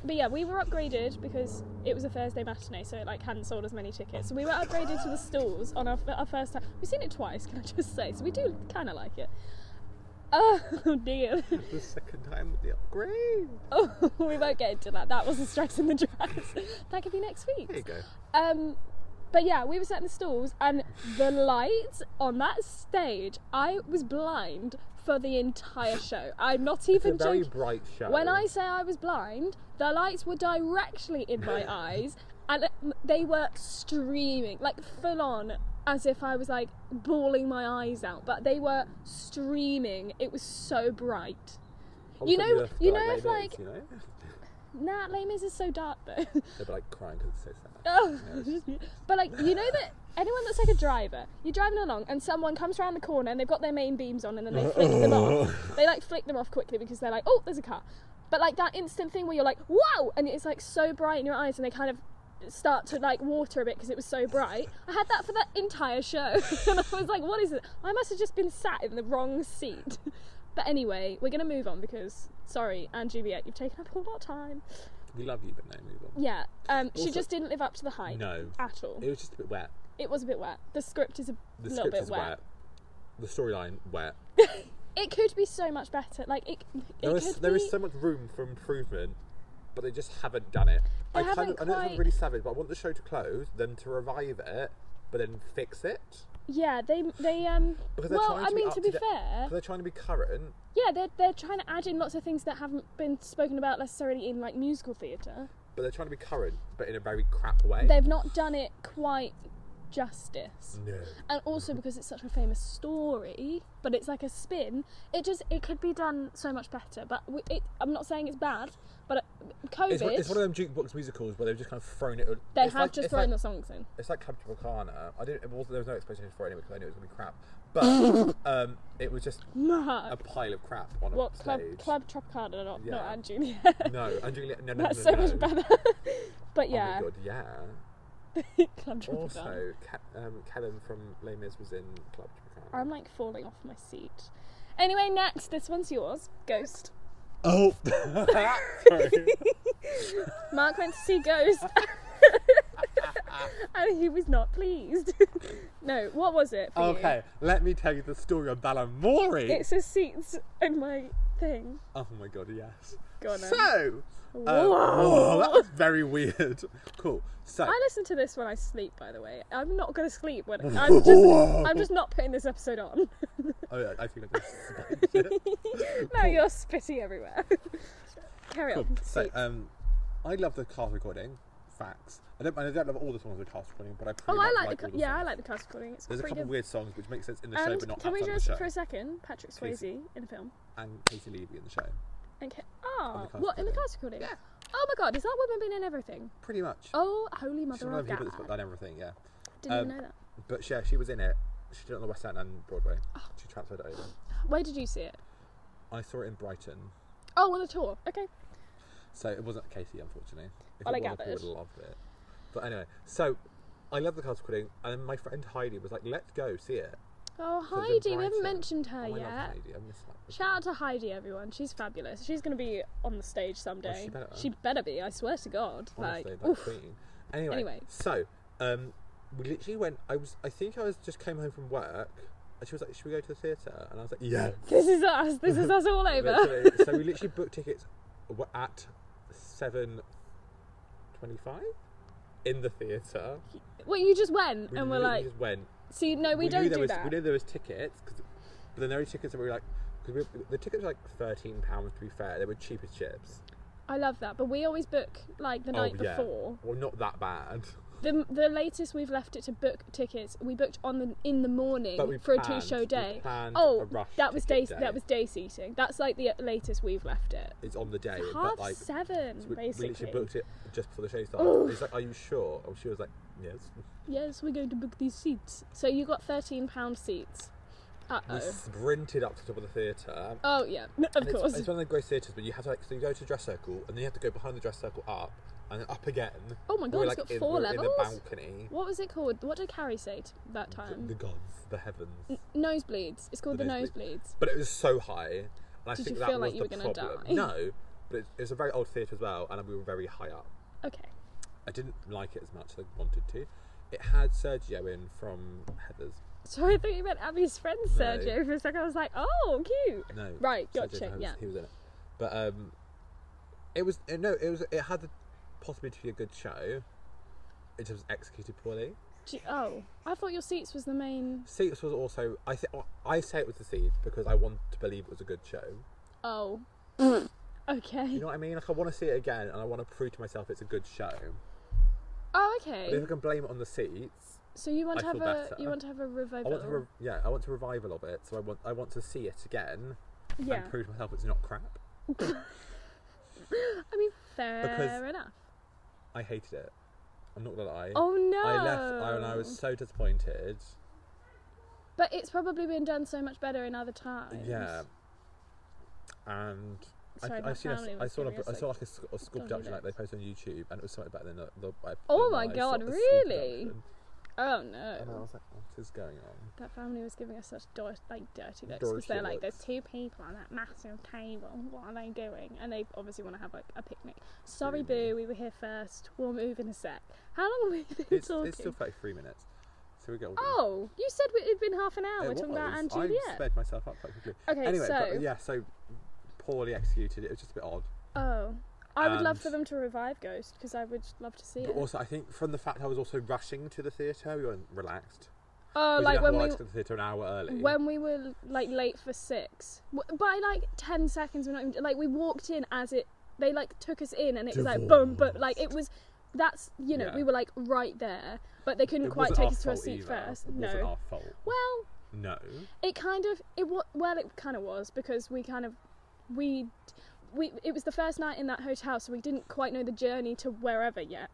[SPEAKER 1] but yeah, we were upgraded because it was a Thursday matinee, so it like hadn't sold as many tickets. So we were upgraded to the stalls on our, our first time. We've seen it twice, can I just say? So we do kind of like it. Oh [laughs] dear.
[SPEAKER 2] the second time with the upgrade.
[SPEAKER 1] Oh, we won't get into that. That was a stress in the dress. [laughs] That could be next
[SPEAKER 2] There you
[SPEAKER 1] week.
[SPEAKER 2] go.
[SPEAKER 1] Um, but yeah, we were sat in the stalls, and the lights on that stage, I was blind for the entire show. I'm not
[SPEAKER 2] It's a
[SPEAKER 1] even
[SPEAKER 2] very
[SPEAKER 1] joking.
[SPEAKER 2] bright show.
[SPEAKER 1] When I say I was blind, the lights were directly in my eyes and it- they were streaming, like full on, as if I was like bawling my eyes out, but they were streaming. It was so bright.
[SPEAKER 2] I'll
[SPEAKER 1] you
[SPEAKER 2] put
[SPEAKER 1] know-
[SPEAKER 2] up to,
[SPEAKER 1] you know if,
[SPEAKER 2] late nights,
[SPEAKER 1] like-
[SPEAKER 2] you know,
[SPEAKER 1] Nah, Les Mis is so dark though. [laughs]
[SPEAKER 2] they're like crying because it's so sad.
[SPEAKER 1] Oh. [laughs] but like you know that anyone that's like a driver, you're driving along and someone comes around the corner and they've got their main beams on and then they flick them off.
[SPEAKER 2] [laughs]
[SPEAKER 1] They like flick them off quickly because they're like, oh, there's a car. But like that instant thing where you're like, wow, and it's like so bright in your eyes and they kind of start to like water a bit because it was so bright. I had that for that entire show [laughs] and I was like, what is it? I must have just been sat in the wrong seat. [laughs] But anyway, we're gonna move on because sorry, Anne Juliet, you've taken up a lot of time.
[SPEAKER 2] We love you, but no, move on.
[SPEAKER 1] Yeah, um, she
[SPEAKER 2] Also-
[SPEAKER 1] just didn't live up to the hype
[SPEAKER 2] No,
[SPEAKER 1] at all.
[SPEAKER 2] it was just a bit wet.
[SPEAKER 1] It was a bit wet. The script is a
[SPEAKER 2] The
[SPEAKER 1] little
[SPEAKER 2] script
[SPEAKER 1] bit
[SPEAKER 2] is
[SPEAKER 1] wet.
[SPEAKER 2] wet. The storyline wet.
[SPEAKER 1] It could be so much better. Like it, it
[SPEAKER 2] There is
[SPEAKER 1] could
[SPEAKER 2] there
[SPEAKER 1] be.
[SPEAKER 2] is so much room for improvement, but they just haven't done it.
[SPEAKER 1] They
[SPEAKER 2] I kind
[SPEAKER 1] haven't
[SPEAKER 2] of, I know it sounds
[SPEAKER 1] quite-
[SPEAKER 2] really savage, but I want the show to close, them to revive it, but then fix it.
[SPEAKER 1] Yeah, they they um.
[SPEAKER 2] Because they're
[SPEAKER 1] Well,
[SPEAKER 2] trying
[SPEAKER 1] I
[SPEAKER 2] to be
[SPEAKER 1] mean,
[SPEAKER 2] up
[SPEAKER 1] to be
[SPEAKER 2] to date.
[SPEAKER 1] fair,
[SPEAKER 2] 'Cause they're trying to be current.
[SPEAKER 1] yeah, they're they're trying to add in lots of things that haven't been spoken about necessarily in like musical theatre.
[SPEAKER 2] but they're trying to be current, but in a very crap way.
[SPEAKER 1] They've not done it quite justice.
[SPEAKER 2] no.
[SPEAKER 1] And also
[SPEAKER 2] Mm-hmm.
[SPEAKER 1] because it's such a famous story, but it's like a spin. It just it could be done so much better. But we, it, I'm not saying it's bad. But uh, COVID,
[SPEAKER 2] It's, one- it's one of them jukebox musicals where they've just kind of thrown it.
[SPEAKER 1] they
[SPEAKER 2] it's
[SPEAKER 1] have
[SPEAKER 2] like-
[SPEAKER 1] just
[SPEAKER 2] it's
[SPEAKER 1] thrown
[SPEAKER 2] like,
[SPEAKER 1] the songs in. [laughs]
[SPEAKER 2] It's like Captain Volcana. I didn't. It was, there was no expectation for it anyway because I knew it was gonna be crap.
[SPEAKER 1] [laughs]
[SPEAKER 2] But um, it was just a pile of crap on
[SPEAKER 1] What
[SPEAKER 2] a
[SPEAKER 1] club?
[SPEAKER 2] stage.
[SPEAKER 1] Club Tropicana, not
[SPEAKER 2] Yeah.
[SPEAKER 1] not Anne Juliet. [laughs]
[SPEAKER 2] No, and Juliet. No, no,
[SPEAKER 1] That's
[SPEAKER 2] no,
[SPEAKER 1] so
[SPEAKER 2] no,
[SPEAKER 1] much
[SPEAKER 2] no.
[SPEAKER 1] better. [laughs] but yeah,
[SPEAKER 2] Oh my god, yeah.
[SPEAKER 1] [laughs] Club Tropicana.
[SPEAKER 2] Also, Ca- um, Callum from Les Mis was in Club Tropicana.
[SPEAKER 1] I'm like falling off my seat. Anyway, next, this one's yours,
[SPEAKER 2] [laughs]
[SPEAKER 1] Ghost. [laughs]
[SPEAKER 2] oh.
[SPEAKER 1] Mark went to see Ghost. [laughs] and he was not pleased. [laughs] no, what was it? For you?
[SPEAKER 2] okay, let me tell you the story of Balamori.
[SPEAKER 1] It says seats in my thing.
[SPEAKER 2] Oh my god, yes.
[SPEAKER 1] Go on then.
[SPEAKER 2] So, um,
[SPEAKER 1] Whoa.
[SPEAKER 2] whoa, that was very weird. Cool. So,
[SPEAKER 1] I listen to this when I sleep, by the way. I'm not going to sleep when
[SPEAKER 2] [laughs]
[SPEAKER 1] I'm just. I'm just not putting this episode on. [laughs]
[SPEAKER 2] Oh, yeah, I feel like I'm spitting.
[SPEAKER 1] no, you're spitting everywhere. [laughs] Carry
[SPEAKER 2] cool.
[SPEAKER 1] on.
[SPEAKER 2] So,
[SPEAKER 1] seats.
[SPEAKER 2] um, I love the cast recording. Facts. I don't. I don't love all the songs of the cast recording, but I. Pretty
[SPEAKER 1] Oh, I
[SPEAKER 2] much
[SPEAKER 1] like, the
[SPEAKER 2] all
[SPEAKER 1] the
[SPEAKER 2] the
[SPEAKER 1] yeah, I
[SPEAKER 2] songs.
[SPEAKER 1] like the cast recording. It's
[SPEAKER 2] There's a
[SPEAKER 1] pretty
[SPEAKER 2] couple
[SPEAKER 1] good.
[SPEAKER 2] weird songs which make sense in the show, but
[SPEAKER 1] And
[SPEAKER 2] not
[SPEAKER 1] can we
[SPEAKER 2] outside
[SPEAKER 1] just
[SPEAKER 2] the show.
[SPEAKER 1] for a second, Patrick Swayze
[SPEAKER 2] Casey.
[SPEAKER 1] in a film?
[SPEAKER 2] And Casey Levy in the show.
[SPEAKER 1] Okay. Oh,
[SPEAKER 2] cast
[SPEAKER 1] what in the
[SPEAKER 2] recording.
[SPEAKER 1] cast recording? Oh my God, has that woman been in everything?
[SPEAKER 2] Pretty much.
[SPEAKER 1] Oh, holy
[SPEAKER 2] She's
[SPEAKER 1] mother
[SPEAKER 2] one of
[SPEAKER 1] of
[SPEAKER 2] the
[SPEAKER 1] God!
[SPEAKER 2] people that's done everything. Yeah.
[SPEAKER 1] Didn't
[SPEAKER 2] um,
[SPEAKER 1] even know that.
[SPEAKER 2] But yeah, she was in it. She did it on the West End and Broadway.
[SPEAKER 1] Oh.
[SPEAKER 2] She transferred it over.
[SPEAKER 1] Where did you see it?
[SPEAKER 2] I saw it in Brighton.
[SPEAKER 1] Oh, on a tour. Okay.
[SPEAKER 2] So it wasn't Casey, unfortunately. If
[SPEAKER 1] Well,
[SPEAKER 2] it
[SPEAKER 1] I
[SPEAKER 2] was,
[SPEAKER 1] gathered.
[SPEAKER 2] would have loved it. But anyway, so I love the cast recording, and then my friend Heidi was like, "Let's go see it."
[SPEAKER 1] Oh,
[SPEAKER 2] in
[SPEAKER 1] Heidi, we haven't
[SPEAKER 2] Brighton.
[SPEAKER 1] mentioned her
[SPEAKER 2] Oh, I love
[SPEAKER 1] yet.
[SPEAKER 2] Heidi. I miss her.
[SPEAKER 1] Shout out to Heidi, everyone. She's fabulous. She's going to be on the stage someday.
[SPEAKER 2] Oh, she better.
[SPEAKER 1] be, I swear to God.
[SPEAKER 2] Honestly,
[SPEAKER 1] like,
[SPEAKER 2] that
[SPEAKER 1] oof.
[SPEAKER 2] queen. Anyway,
[SPEAKER 1] Anyway.
[SPEAKER 2] so um, we literally went. I was. I think I was just came home from work, and she was like, "Should we go to the theatre?" And I was like, "Yeah."
[SPEAKER 1] This is us. This is us all over.
[SPEAKER 2] Literally. so [laughs] we literally booked tickets w- at seven twenty-five in the theatre.
[SPEAKER 1] well, you just went
[SPEAKER 2] We
[SPEAKER 1] and we're
[SPEAKER 2] literally
[SPEAKER 1] like,
[SPEAKER 2] just went.
[SPEAKER 1] see, no, we,
[SPEAKER 2] knew
[SPEAKER 1] don't
[SPEAKER 2] there
[SPEAKER 1] do
[SPEAKER 2] was,
[SPEAKER 1] that.
[SPEAKER 2] We knew there was tickets, 'cause- but then there were tickets that we were like, because we, the tickets were like thirteen pounds. To be fair, they were cheap as chips.
[SPEAKER 1] I love that, but we always book like the
[SPEAKER 2] Oh,
[SPEAKER 1] night
[SPEAKER 2] yeah.
[SPEAKER 1] before.
[SPEAKER 2] Well, not
[SPEAKER 1] [laughs]
[SPEAKER 2] that bad.
[SPEAKER 1] The, the latest we've left it to book tickets. We booked on the in the morning
[SPEAKER 2] But we
[SPEAKER 1] for a
[SPEAKER 2] planned-
[SPEAKER 1] two show
[SPEAKER 2] we
[SPEAKER 1] day.
[SPEAKER 2] planned
[SPEAKER 1] oh,
[SPEAKER 2] a rush
[SPEAKER 1] that was day,
[SPEAKER 2] ticket day.
[SPEAKER 1] that was day seating. That's like the latest we've left it.
[SPEAKER 2] It's on the day,
[SPEAKER 1] Half
[SPEAKER 2] but like
[SPEAKER 1] seven,
[SPEAKER 2] So we, we
[SPEAKER 1] basically.
[SPEAKER 2] literally booked it just before the show started. He's like, "Are you sure?" And she was like, "Yes."
[SPEAKER 1] Yes, we're going to book these seats. So you got thirteen pound seats. Uh
[SPEAKER 2] We
[SPEAKER 1] oh.
[SPEAKER 2] sprinted up to the top of the theatre.
[SPEAKER 1] Oh yeah, of
[SPEAKER 2] And it's-
[SPEAKER 1] course.
[SPEAKER 2] It's, one of the great theatres, but you have to like, so you go to dress circle, and then you have to go behind the dress circle up, and then up again.
[SPEAKER 1] Oh my
[SPEAKER 2] We
[SPEAKER 1] God,
[SPEAKER 2] were,
[SPEAKER 1] it's
[SPEAKER 2] like,
[SPEAKER 1] got
[SPEAKER 2] in,
[SPEAKER 1] four
[SPEAKER 2] we were In
[SPEAKER 1] levels?
[SPEAKER 2] the balcony,
[SPEAKER 1] What was it called? What did Carrie say t- that time?
[SPEAKER 2] the, the gods, the heavens.
[SPEAKER 1] Nosebleeds. It's called the,
[SPEAKER 2] The nosebleed.
[SPEAKER 1] nosebleeds.
[SPEAKER 2] But it was so high, and I
[SPEAKER 1] Did
[SPEAKER 2] think
[SPEAKER 1] you
[SPEAKER 2] that
[SPEAKER 1] feel
[SPEAKER 2] was
[SPEAKER 1] like you
[SPEAKER 2] the
[SPEAKER 1] were gonna
[SPEAKER 2] problem.
[SPEAKER 1] die?
[SPEAKER 2] No, but it, it was a very old theatre as well, and we were very high up.
[SPEAKER 1] Okay.
[SPEAKER 2] I didn't like it as much as I wanted to. It had Sergio in from Heather's.
[SPEAKER 1] So I thought you meant Abby's friend
[SPEAKER 2] No.
[SPEAKER 1] Sergio for a second. I was like, oh, cute.
[SPEAKER 2] No.
[SPEAKER 1] Right,
[SPEAKER 2] Sergio
[SPEAKER 1] gotcha,
[SPEAKER 2] Fernandez,
[SPEAKER 1] yeah.
[SPEAKER 2] He was in it, but um, it was uh, no, it was it had the possibility to be a good show. It just was executed poorly.
[SPEAKER 1] G- oh, I thought your seats was the main.
[SPEAKER 2] Seats was also I think I say it was the seeds because I want to believe it was a good show.
[SPEAKER 1] Oh.
[SPEAKER 2] You
[SPEAKER 1] okay.
[SPEAKER 2] know what I mean? Like I want to see it again and I want to prove to myself it's a good show.
[SPEAKER 1] Oh,
[SPEAKER 2] But if I
[SPEAKER 1] okay.
[SPEAKER 2] can blame it on the seats,
[SPEAKER 1] So you want
[SPEAKER 2] I
[SPEAKER 1] to have a
[SPEAKER 2] feel better.
[SPEAKER 1] you want to have a
[SPEAKER 2] I
[SPEAKER 1] revival?
[SPEAKER 2] want to re- yeah, I want to revival of it. So I want I want to see it again
[SPEAKER 1] yeah.
[SPEAKER 2] and prove to myself it's not crap.
[SPEAKER 1] I mean, fair
[SPEAKER 2] Because-
[SPEAKER 1] enough.
[SPEAKER 2] I hated it. I'm not gonna lie.
[SPEAKER 1] Oh no.
[SPEAKER 2] I left I, and I was so disappointed.
[SPEAKER 1] But it's probably been done so much better in other times.
[SPEAKER 2] Yeah. And I,
[SPEAKER 1] Sorry,
[SPEAKER 2] th-
[SPEAKER 1] my
[SPEAKER 2] I've seen a,
[SPEAKER 1] family
[SPEAKER 2] I
[SPEAKER 1] was
[SPEAKER 2] saw a,
[SPEAKER 1] giving us,
[SPEAKER 2] I saw
[SPEAKER 1] like,
[SPEAKER 2] like a, sc- a school
[SPEAKER 1] dodgy
[SPEAKER 2] production like they
[SPEAKER 1] looks.
[SPEAKER 2] posted on YouTube and it was so much better than the, the I,
[SPEAKER 1] Oh
[SPEAKER 2] than
[SPEAKER 1] my
[SPEAKER 2] what
[SPEAKER 1] God,
[SPEAKER 2] I saw at the school
[SPEAKER 1] really?
[SPEAKER 2] production.
[SPEAKER 1] Oh
[SPEAKER 2] And I
[SPEAKER 1] no.
[SPEAKER 2] was like, what is going on?
[SPEAKER 1] That family was giving us such dir- like dirty looks because
[SPEAKER 2] Dirty
[SPEAKER 1] they're like,
[SPEAKER 2] looks.
[SPEAKER 1] there's two people on that massive table. What are they doing? And they obviously want to have like a picnic. Sorry,
[SPEAKER 2] Really?
[SPEAKER 1] boo, we were here first. We'll move in a sec. How long have we been
[SPEAKER 2] It's,
[SPEAKER 1] talking?
[SPEAKER 2] it's still 33 minutes. So we got. all done.
[SPEAKER 1] oh, you said we- it'd been half an hour.
[SPEAKER 2] It
[SPEAKER 1] we're talking about
[SPEAKER 2] was.
[SPEAKER 1] Anne
[SPEAKER 2] I
[SPEAKER 1] Juliet.
[SPEAKER 2] sped myself up quite quickly.
[SPEAKER 1] Okay,
[SPEAKER 2] anyway,
[SPEAKER 1] so-
[SPEAKER 2] but, yeah, so poorly executed. It was just a bit odd.
[SPEAKER 1] oh, I would love
[SPEAKER 2] And-
[SPEAKER 1] for them to revive Ghost because I would love to see
[SPEAKER 2] But
[SPEAKER 1] it.
[SPEAKER 2] also, I think from the fact I was also rushing to the theatre, we weren't relaxed.
[SPEAKER 1] oh,
[SPEAKER 2] we
[SPEAKER 1] like
[SPEAKER 2] didn't have
[SPEAKER 1] when
[SPEAKER 2] to
[SPEAKER 1] we
[SPEAKER 2] like to the theatre an hour early.
[SPEAKER 1] when we were like late for six w- by like 10 seconds we're not even like we walked in as it they like took us in and it was like boom but like it was that's you know
[SPEAKER 2] Yeah.
[SPEAKER 1] we were like right there but they couldn't
[SPEAKER 2] It
[SPEAKER 1] quite
[SPEAKER 2] wasn't
[SPEAKER 1] take
[SPEAKER 2] our
[SPEAKER 1] us to a
[SPEAKER 2] fault
[SPEAKER 1] seat
[SPEAKER 2] either.
[SPEAKER 1] first
[SPEAKER 2] It wasn't
[SPEAKER 1] no
[SPEAKER 2] our fault.
[SPEAKER 1] well
[SPEAKER 2] No.
[SPEAKER 1] it kind of it wa- well it kind of was because we kind of we we it was the first night in that hotel so we didn't quite know the journey to wherever yet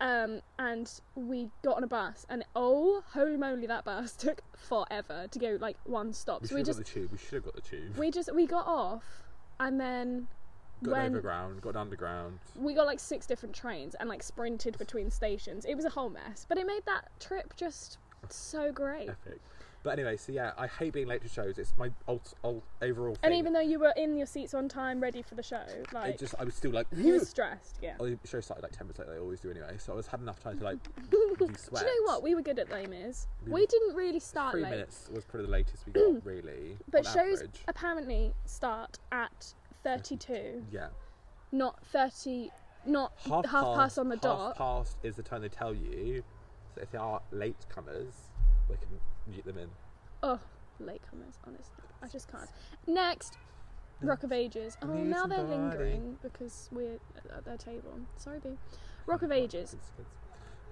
[SPEAKER 1] um and we got on a bus and oh holy moly that bus [laughs] took forever to go like one stop so
[SPEAKER 2] We should
[SPEAKER 1] we
[SPEAKER 2] have
[SPEAKER 1] just
[SPEAKER 2] got the tube. We should have got the tube.
[SPEAKER 1] we just we got off and then
[SPEAKER 2] got an
[SPEAKER 1] when
[SPEAKER 2] overground. Got an underground.
[SPEAKER 1] we got like six different trains and like sprinted between stations it was a whole mess but it made that trip just so great
[SPEAKER 2] Epic. But anyway, so yeah, I hate being late to shows. It's my alt, alt, overall thing.
[SPEAKER 1] and even though you were in your seats on time ready for the show like
[SPEAKER 2] it just, I was still like,
[SPEAKER 1] you were stressed yeah
[SPEAKER 2] Oh,
[SPEAKER 1] [laughs]
[SPEAKER 2] the show started like 10 minutes late, they always do anyway, so I was had enough time to like be sweat.
[SPEAKER 1] Do you know what? We were good at Les Mis.
[SPEAKER 2] We
[SPEAKER 1] We
[SPEAKER 2] were-
[SPEAKER 1] didn't really start
[SPEAKER 2] Three
[SPEAKER 1] late,
[SPEAKER 2] minutes was probably the latest
[SPEAKER 1] [clears throat]
[SPEAKER 2] we got, really.
[SPEAKER 1] but
[SPEAKER 2] on
[SPEAKER 1] shows
[SPEAKER 2] average.
[SPEAKER 1] apparently start at thirty-two,
[SPEAKER 2] Yeah.
[SPEAKER 1] not thirty, not half, past on the
[SPEAKER 2] half
[SPEAKER 1] dot.
[SPEAKER 2] past is the time they tell you. So if they are late comers, they can mute them in.
[SPEAKER 1] Oh, latecomers, honestly, I just can't. Next, Rock of Ages. Oh,
[SPEAKER 2] Need
[SPEAKER 1] now they're
[SPEAKER 2] somebody.
[SPEAKER 1] lingering because we're at their table. Sorry, B. Rock of Ages.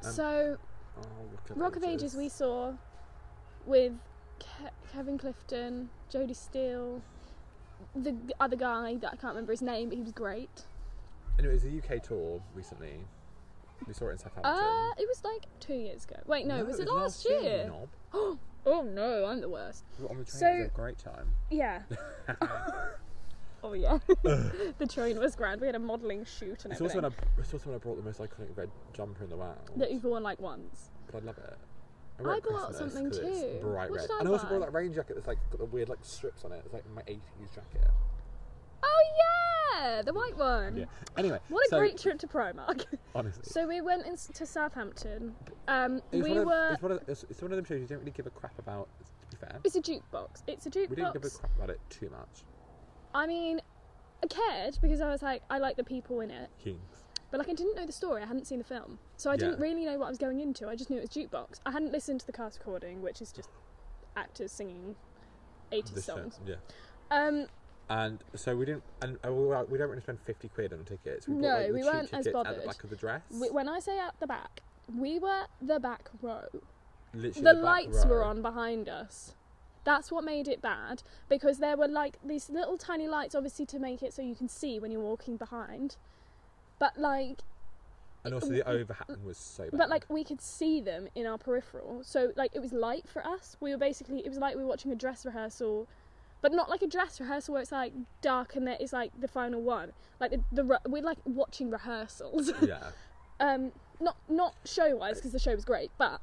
[SPEAKER 2] Um,
[SPEAKER 1] so
[SPEAKER 2] Oh, Rock of
[SPEAKER 1] Rock of Ages we saw with Ke- Kevin Clifton, Jodie Steele, the g- other guy that I can't remember his name, but he was great.
[SPEAKER 2] And it was a UK tour recently. We saw it in Southampton.
[SPEAKER 1] Uh, it was like two years ago. Wait, no, was it last, year?
[SPEAKER 2] you knob.
[SPEAKER 1] Oh no, I'm the worst.
[SPEAKER 2] We were on the train.
[SPEAKER 1] So-
[SPEAKER 2] it was a great time. [laughs]
[SPEAKER 1] Yeah. [laughs] oh yeah. [laughs] the train was grand. We had a modelling shoot and
[SPEAKER 2] It's also,
[SPEAKER 1] everything.
[SPEAKER 2] when I, it's also when I brought the most iconic red jumper in the world.
[SPEAKER 1] That you've worn like once.
[SPEAKER 2] But I love it. I, wrote
[SPEAKER 1] I bought
[SPEAKER 2] Christmas
[SPEAKER 1] something
[SPEAKER 2] 'cause it's
[SPEAKER 1] too.
[SPEAKER 2] Bright
[SPEAKER 1] What
[SPEAKER 2] red.
[SPEAKER 1] did I
[SPEAKER 2] and I also
[SPEAKER 1] buy?
[SPEAKER 2] bought that rain jacket that's like got the weird like strips on it. It's like my 80s jacket.
[SPEAKER 1] Oh yeah, the white one.
[SPEAKER 2] Yeah. Anyway.
[SPEAKER 1] What a
[SPEAKER 2] so-
[SPEAKER 1] great trip to Primark. [laughs]
[SPEAKER 2] Honestly.
[SPEAKER 1] so we went in, to Southampton. Um,
[SPEAKER 2] It's
[SPEAKER 1] we
[SPEAKER 2] one of,
[SPEAKER 1] were.
[SPEAKER 2] It's one, of, it's, it's one of them shows you don't really give a crap about. To be fair,
[SPEAKER 1] It's a jukebox. It's a
[SPEAKER 2] we didn't give a
[SPEAKER 1] jukebox.
[SPEAKER 2] crap about it too much.
[SPEAKER 1] I mean, I cared because I was like, I like the people in it,
[SPEAKER 2] Kings.
[SPEAKER 1] but like I didn't know the story. I hadn't seen the film, so I
[SPEAKER 2] Yeah.
[SPEAKER 1] didn't really know what I was going into. I just knew it was jukebox. I hadn't listened to the cast recording, which is just actors singing 80s
[SPEAKER 2] This show,
[SPEAKER 1] songs.
[SPEAKER 2] Yeah.
[SPEAKER 1] Um,
[SPEAKER 2] And so we didn't, and uh, we, were- we don't really spend fifty quid on tickets. We bought,
[SPEAKER 1] No,
[SPEAKER 2] like, the
[SPEAKER 1] we
[SPEAKER 2] cheap
[SPEAKER 1] weren't as
[SPEAKER 2] tickets At
[SPEAKER 1] bothered.
[SPEAKER 2] the back of the dress,
[SPEAKER 1] we, when I say at the back, we were the back row.
[SPEAKER 2] Literally
[SPEAKER 1] the,
[SPEAKER 2] the back
[SPEAKER 1] lights were
[SPEAKER 2] row.
[SPEAKER 1] on behind us. That's what made it bad because there were like these little tiny lights, obviously, to make it so you can see when you're walking behind. But like,
[SPEAKER 2] and also the overhang was so bad.
[SPEAKER 1] but like we could see them in our peripheral, so like it was light for us. We were basically it was like we were watching a dress rehearsal, but not like a dress rehearsal where it's like dark and there is like the final one. Like the, the re- we're like watching rehearsals. [laughs]
[SPEAKER 2] yeah,
[SPEAKER 1] um, not not show wise because the show was great, but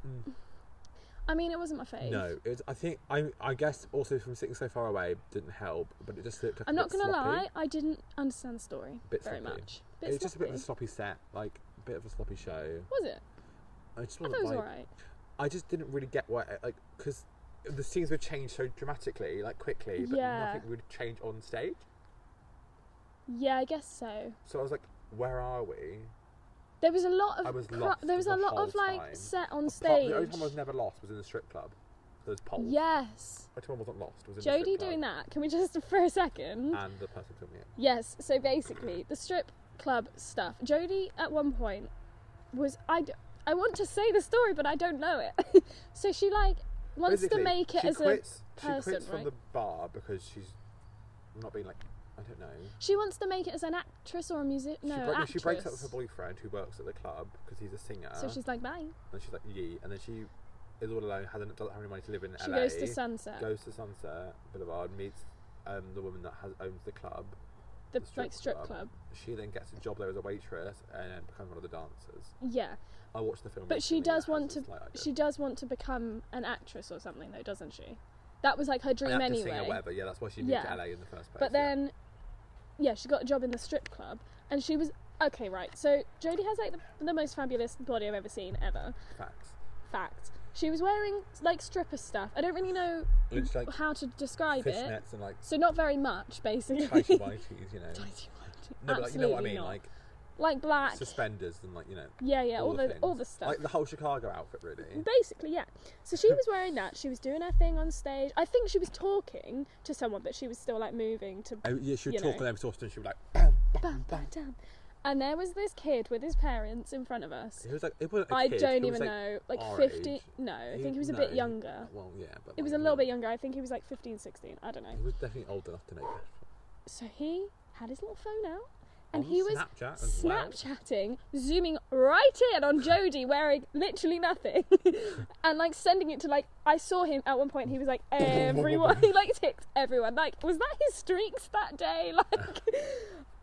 [SPEAKER 1] I mean it wasn't my fave.
[SPEAKER 2] Mm. no, it was, I think I, I guess also from sitting so far away didn't help, but it just looked. Like
[SPEAKER 1] I'm
[SPEAKER 2] a
[SPEAKER 1] not
[SPEAKER 2] bit
[SPEAKER 1] gonna
[SPEAKER 2] sloppy.
[SPEAKER 1] lie, I didn't understand the story
[SPEAKER 2] Bit
[SPEAKER 1] very
[SPEAKER 2] sloppy.
[SPEAKER 1] much.
[SPEAKER 2] It
[SPEAKER 1] Bit
[SPEAKER 2] was just a bit of a
[SPEAKER 1] sloppy.
[SPEAKER 2] sloppy set, like a bit of a sloppy show.
[SPEAKER 1] Was it?
[SPEAKER 2] I just
[SPEAKER 1] I thought
[SPEAKER 2] wasn't
[SPEAKER 1] it was
[SPEAKER 2] like,
[SPEAKER 1] alright.
[SPEAKER 2] I just didn't really get why, like, because the scenes would change so dramatically, like quickly, but
[SPEAKER 1] Yeah.
[SPEAKER 2] nothing would change on stage.
[SPEAKER 1] Yeah, I guess so.
[SPEAKER 2] So I was like, where are we?
[SPEAKER 1] There was a lot of
[SPEAKER 2] I was
[SPEAKER 1] cra-
[SPEAKER 2] lost
[SPEAKER 1] there was
[SPEAKER 2] the
[SPEAKER 1] a lot of
[SPEAKER 2] whole
[SPEAKER 1] like
[SPEAKER 2] time.
[SPEAKER 1] set on
[SPEAKER 2] Apart-
[SPEAKER 1] stage.
[SPEAKER 2] The only time I was never lost was in the strip club. There was poles.
[SPEAKER 1] yes.
[SPEAKER 2] The only time I wasn't lost was in the
[SPEAKER 1] Jodie
[SPEAKER 2] strip club.
[SPEAKER 1] doing that. Can we just [laughs] for a second?
[SPEAKER 2] And the person filming it.
[SPEAKER 1] Yes. So basically, the strip club stuff. Jodie at one point was I. d- I want to say the story, but I don't know it. [laughs] so she like wants
[SPEAKER 2] Basically,
[SPEAKER 1] to make it
[SPEAKER 2] she
[SPEAKER 1] as
[SPEAKER 2] quits,
[SPEAKER 1] a person,
[SPEAKER 2] She quits from
[SPEAKER 1] right?
[SPEAKER 2] the bar because she's not being like, I don't know.
[SPEAKER 1] She wants to make it as an actress or a music. No,
[SPEAKER 2] she, break- no,
[SPEAKER 1] actress.
[SPEAKER 2] she breaks up with her uh, boyfriend who works at the club because he's a singer.
[SPEAKER 1] So she's like, bye.
[SPEAKER 2] and she's like, yee. And then she is all alone, hasn't, doesn't have any money to live in
[SPEAKER 1] She
[SPEAKER 2] LA.
[SPEAKER 1] goes to Sunset,
[SPEAKER 2] goes to Sunset Boulevard, meets um, the woman that has owns the club.
[SPEAKER 1] the,
[SPEAKER 2] the strip
[SPEAKER 1] like strip
[SPEAKER 2] club.
[SPEAKER 1] club.
[SPEAKER 2] She then gets a job there as a waitress and then becomes one of the dancers.
[SPEAKER 1] Yeah,
[SPEAKER 2] I watched the film.
[SPEAKER 1] But she
[SPEAKER 2] recently and
[SPEAKER 1] does
[SPEAKER 2] it has
[SPEAKER 1] want
[SPEAKER 2] this
[SPEAKER 1] to-
[SPEAKER 2] slight idea.
[SPEAKER 1] she does want to become an actress or something, though, doesn't she? That was like her
[SPEAKER 2] An
[SPEAKER 1] dream
[SPEAKER 2] actor,
[SPEAKER 1] anyway.
[SPEAKER 2] singer, whatever. Yeah, that's why she moved
[SPEAKER 1] Yeah.
[SPEAKER 2] to LA in the first place.
[SPEAKER 1] But then, yeah, she got a job in the strip club, and she was okay. Right, so Jodie has like the, the most fabulous body I've ever seen ever.
[SPEAKER 2] yeah. facts.
[SPEAKER 1] Fact. She was wearing like stripper stuff. I don't really know
[SPEAKER 2] Looks like
[SPEAKER 1] how to describe it.
[SPEAKER 2] fishnets and like
[SPEAKER 1] So not very much, basically. [laughs]
[SPEAKER 2] tighty whities, you know.
[SPEAKER 1] Tighty whities.
[SPEAKER 2] No, but like, you know what I
[SPEAKER 1] Absolutely
[SPEAKER 2] mean,
[SPEAKER 1] not.
[SPEAKER 2] like
[SPEAKER 1] like black.
[SPEAKER 2] suspenders and like you know.
[SPEAKER 1] Yeah, yeah, all, the, all
[SPEAKER 2] things.
[SPEAKER 1] the stuff.
[SPEAKER 2] Like the whole Chicago outfit, really.
[SPEAKER 1] Basically, yeah. So she was wearing that. She was doing her thing on stage. I think she was talking to someone, but she was still like moving to.
[SPEAKER 2] Oh, yeah, she would
[SPEAKER 1] You
[SPEAKER 2] talk
[SPEAKER 1] know.
[SPEAKER 2] and every so often she would like. Bam, bam,
[SPEAKER 1] Bam, bam, bam. And there was this kid with his parents in front of us.
[SPEAKER 2] It was like it wasn't a
[SPEAKER 1] I
[SPEAKER 2] kid,
[SPEAKER 1] don't
[SPEAKER 2] it
[SPEAKER 1] even
[SPEAKER 2] was, like,
[SPEAKER 1] know, like
[SPEAKER 2] our
[SPEAKER 1] 50.
[SPEAKER 2] age.
[SPEAKER 1] No, I think he was a
[SPEAKER 2] no,
[SPEAKER 1] bit younger.
[SPEAKER 2] Well, yeah, but
[SPEAKER 1] It was a
[SPEAKER 2] like,
[SPEAKER 1] little
[SPEAKER 2] no.
[SPEAKER 1] bit younger. I think he was like 15, 16. I don't know.
[SPEAKER 2] He was definitely old enough to know better.
[SPEAKER 1] So he had his little phone out, and
[SPEAKER 2] On
[SPEAKER 1] he was
[SPEAKER 2] Snapchat as well.
[SPEAKER 1] Snapchatting, zooming right in on Jody wearing literally nothing, [laughs] and like sending it to like I saw him at one point. He was like everyone. [laughs] he like ticked everyone. Like was that his streaks that day? [laughs] Like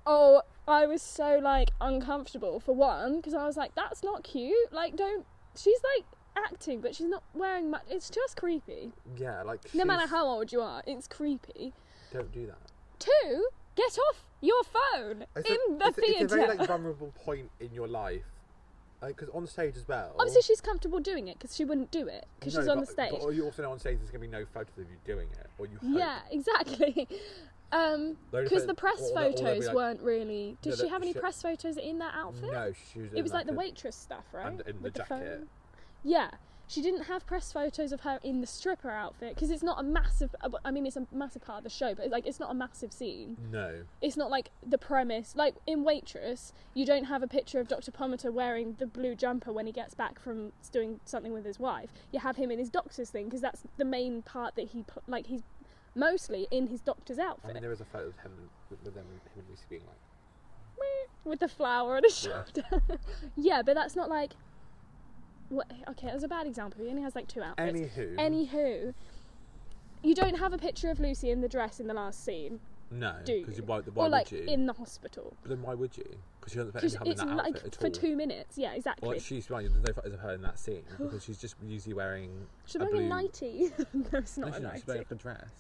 [SPEAKER 1] oh, I was so like uncomfortable for one because I was like that's not cute. Like don't she's like acting, but she's not wearing much. It's just creepy.
[SPEAKER 2] Yeah, like
[SPEAKER 1] No matter
[SPEAKER 2] she's-
[SPEAKER 1] how old you are, it's creepy.
[SPEAKER 2] Don't do that.
[SPEAKER 1] Two, get off your phone
[SPEAKER 2] It's
[SPEAKER 1] in
[SPEAKER 2] a,
[SPEAKER 1] the
[SPEAKER 2] it's a- It's a
[SPEAKER 1] theatre.
[SPEAKER 2] very like vulnerable point in your life, because on stage as well.
[SPEAKER 1] Obviously, she's comfortable doing it because she wouldn't do it because
[SPEAKER 2] No,
[SPEAKER 1] she's on
[SPEAKER 2] but-
[SPEAKER 1] the stage.
[SPEAKER 2] But you also know on stage there's gonna be no photos of you doing it, or you.
[SPEAKER 1] [laughs]
[SPEAKER 2] Hope. [laughs]
[SPEAKER 1] yeah, exactly.
[SPEAKER 2] They'll just
[SPEAKER 1] Because
[SPEAKER 2] say-
[SPEAKER 1] the press
[SPEAKER 2] or they'll- or they'll be
[SPEAKER 1] photos
[SPEAKER 2] like-
[SPEAKER 1] weren't really. Did
[SPEAKER 2] No,
[SPEAKER 1] she
[SPEAKER 2] that-
[SPEAKER 1] have any
[SPEAKER 2] she-
[SPEAKER 1] press photos in that outfit?
[SPEAKER 2] No, she was.
[SPEAKER 1] it was like the
[SPEAKER 2] weight
[SPEAKER 1] waitress stuff, right?
[SPEAKER 2] and in the
[SPEAKER 1] With
[SPEAKER 2] jacket.
[SPEAKER 1] phone. Yeah, she didn't have press photos of her in the stripper outfit because it's not a massive. uh, I mean, it's a massive part of the show, but it's like it's not a massive scene.
[SPEAKER 2] No.
[SPEAKER 1] it's not like the premise like in waitress you don't have a picture of dr pomater wearing the blue jumper when he gets back from s- doing something with his wife you have him in his doctor's thing because that's the main part that he put like he's mostly in his doctor's
[SPEAKER 2] I
[SPEAKER 1] outfit
[SPEAKER 2] mean, there is a photo of him with, with them, him and Lucy being like.
[SPEAKER 1] with the flower on his
[SPEAKER 2] Yeah.
[SPEAKER 1] shoulder [laughs] yeah but that's not like what okay that was a bad example he only has like two outfits
[SPEAKER 2] Anywho.
[SPEAKER 1] Anywho, you don't have a picture of Lucy in the dress in the last scene.
[SPEAKER 2] No,
[SPEAKER 1] do you?
[SPEAKER 2] because you, why, why
[SPEAKER 1] or like
[SPEAKER 2] would you?
[SPEAKER 1] in the hospital.
[SPEAKER 2] then why would you? Because you don't expect
[SPEAKER 1] Because
[SPEAKER 2] her to be
[SPEAKER 1] it's
[SPEAKER 2] having that outfit
[SPEAKER 1] like
[SPEAKER 2] at
[SPEAKER 1] for
[SPEAKER 2] all.
[SPEAKER 1] two minutes. Yeah, exactly.
[SPEAKER 2] Well, she's right. There's no photos of her in that scene because she's just usually wearing.
[SPEAKER 1] She's
[SPEAKER 2] a
[SPEAKER 1] wearing a
[SPEAKER 2] blue-
[SPEAKER 1] nightie. [laughs] no, it's
[SPEAKER 2] No,
[SPEAKER 1] not
[SPEAKER 2] she's
[SPEAKER 1] a
[SPEAKER 2] not. She's wearing
[SPEAKER 1] nightie.
[SPEAKER 2] like a dress.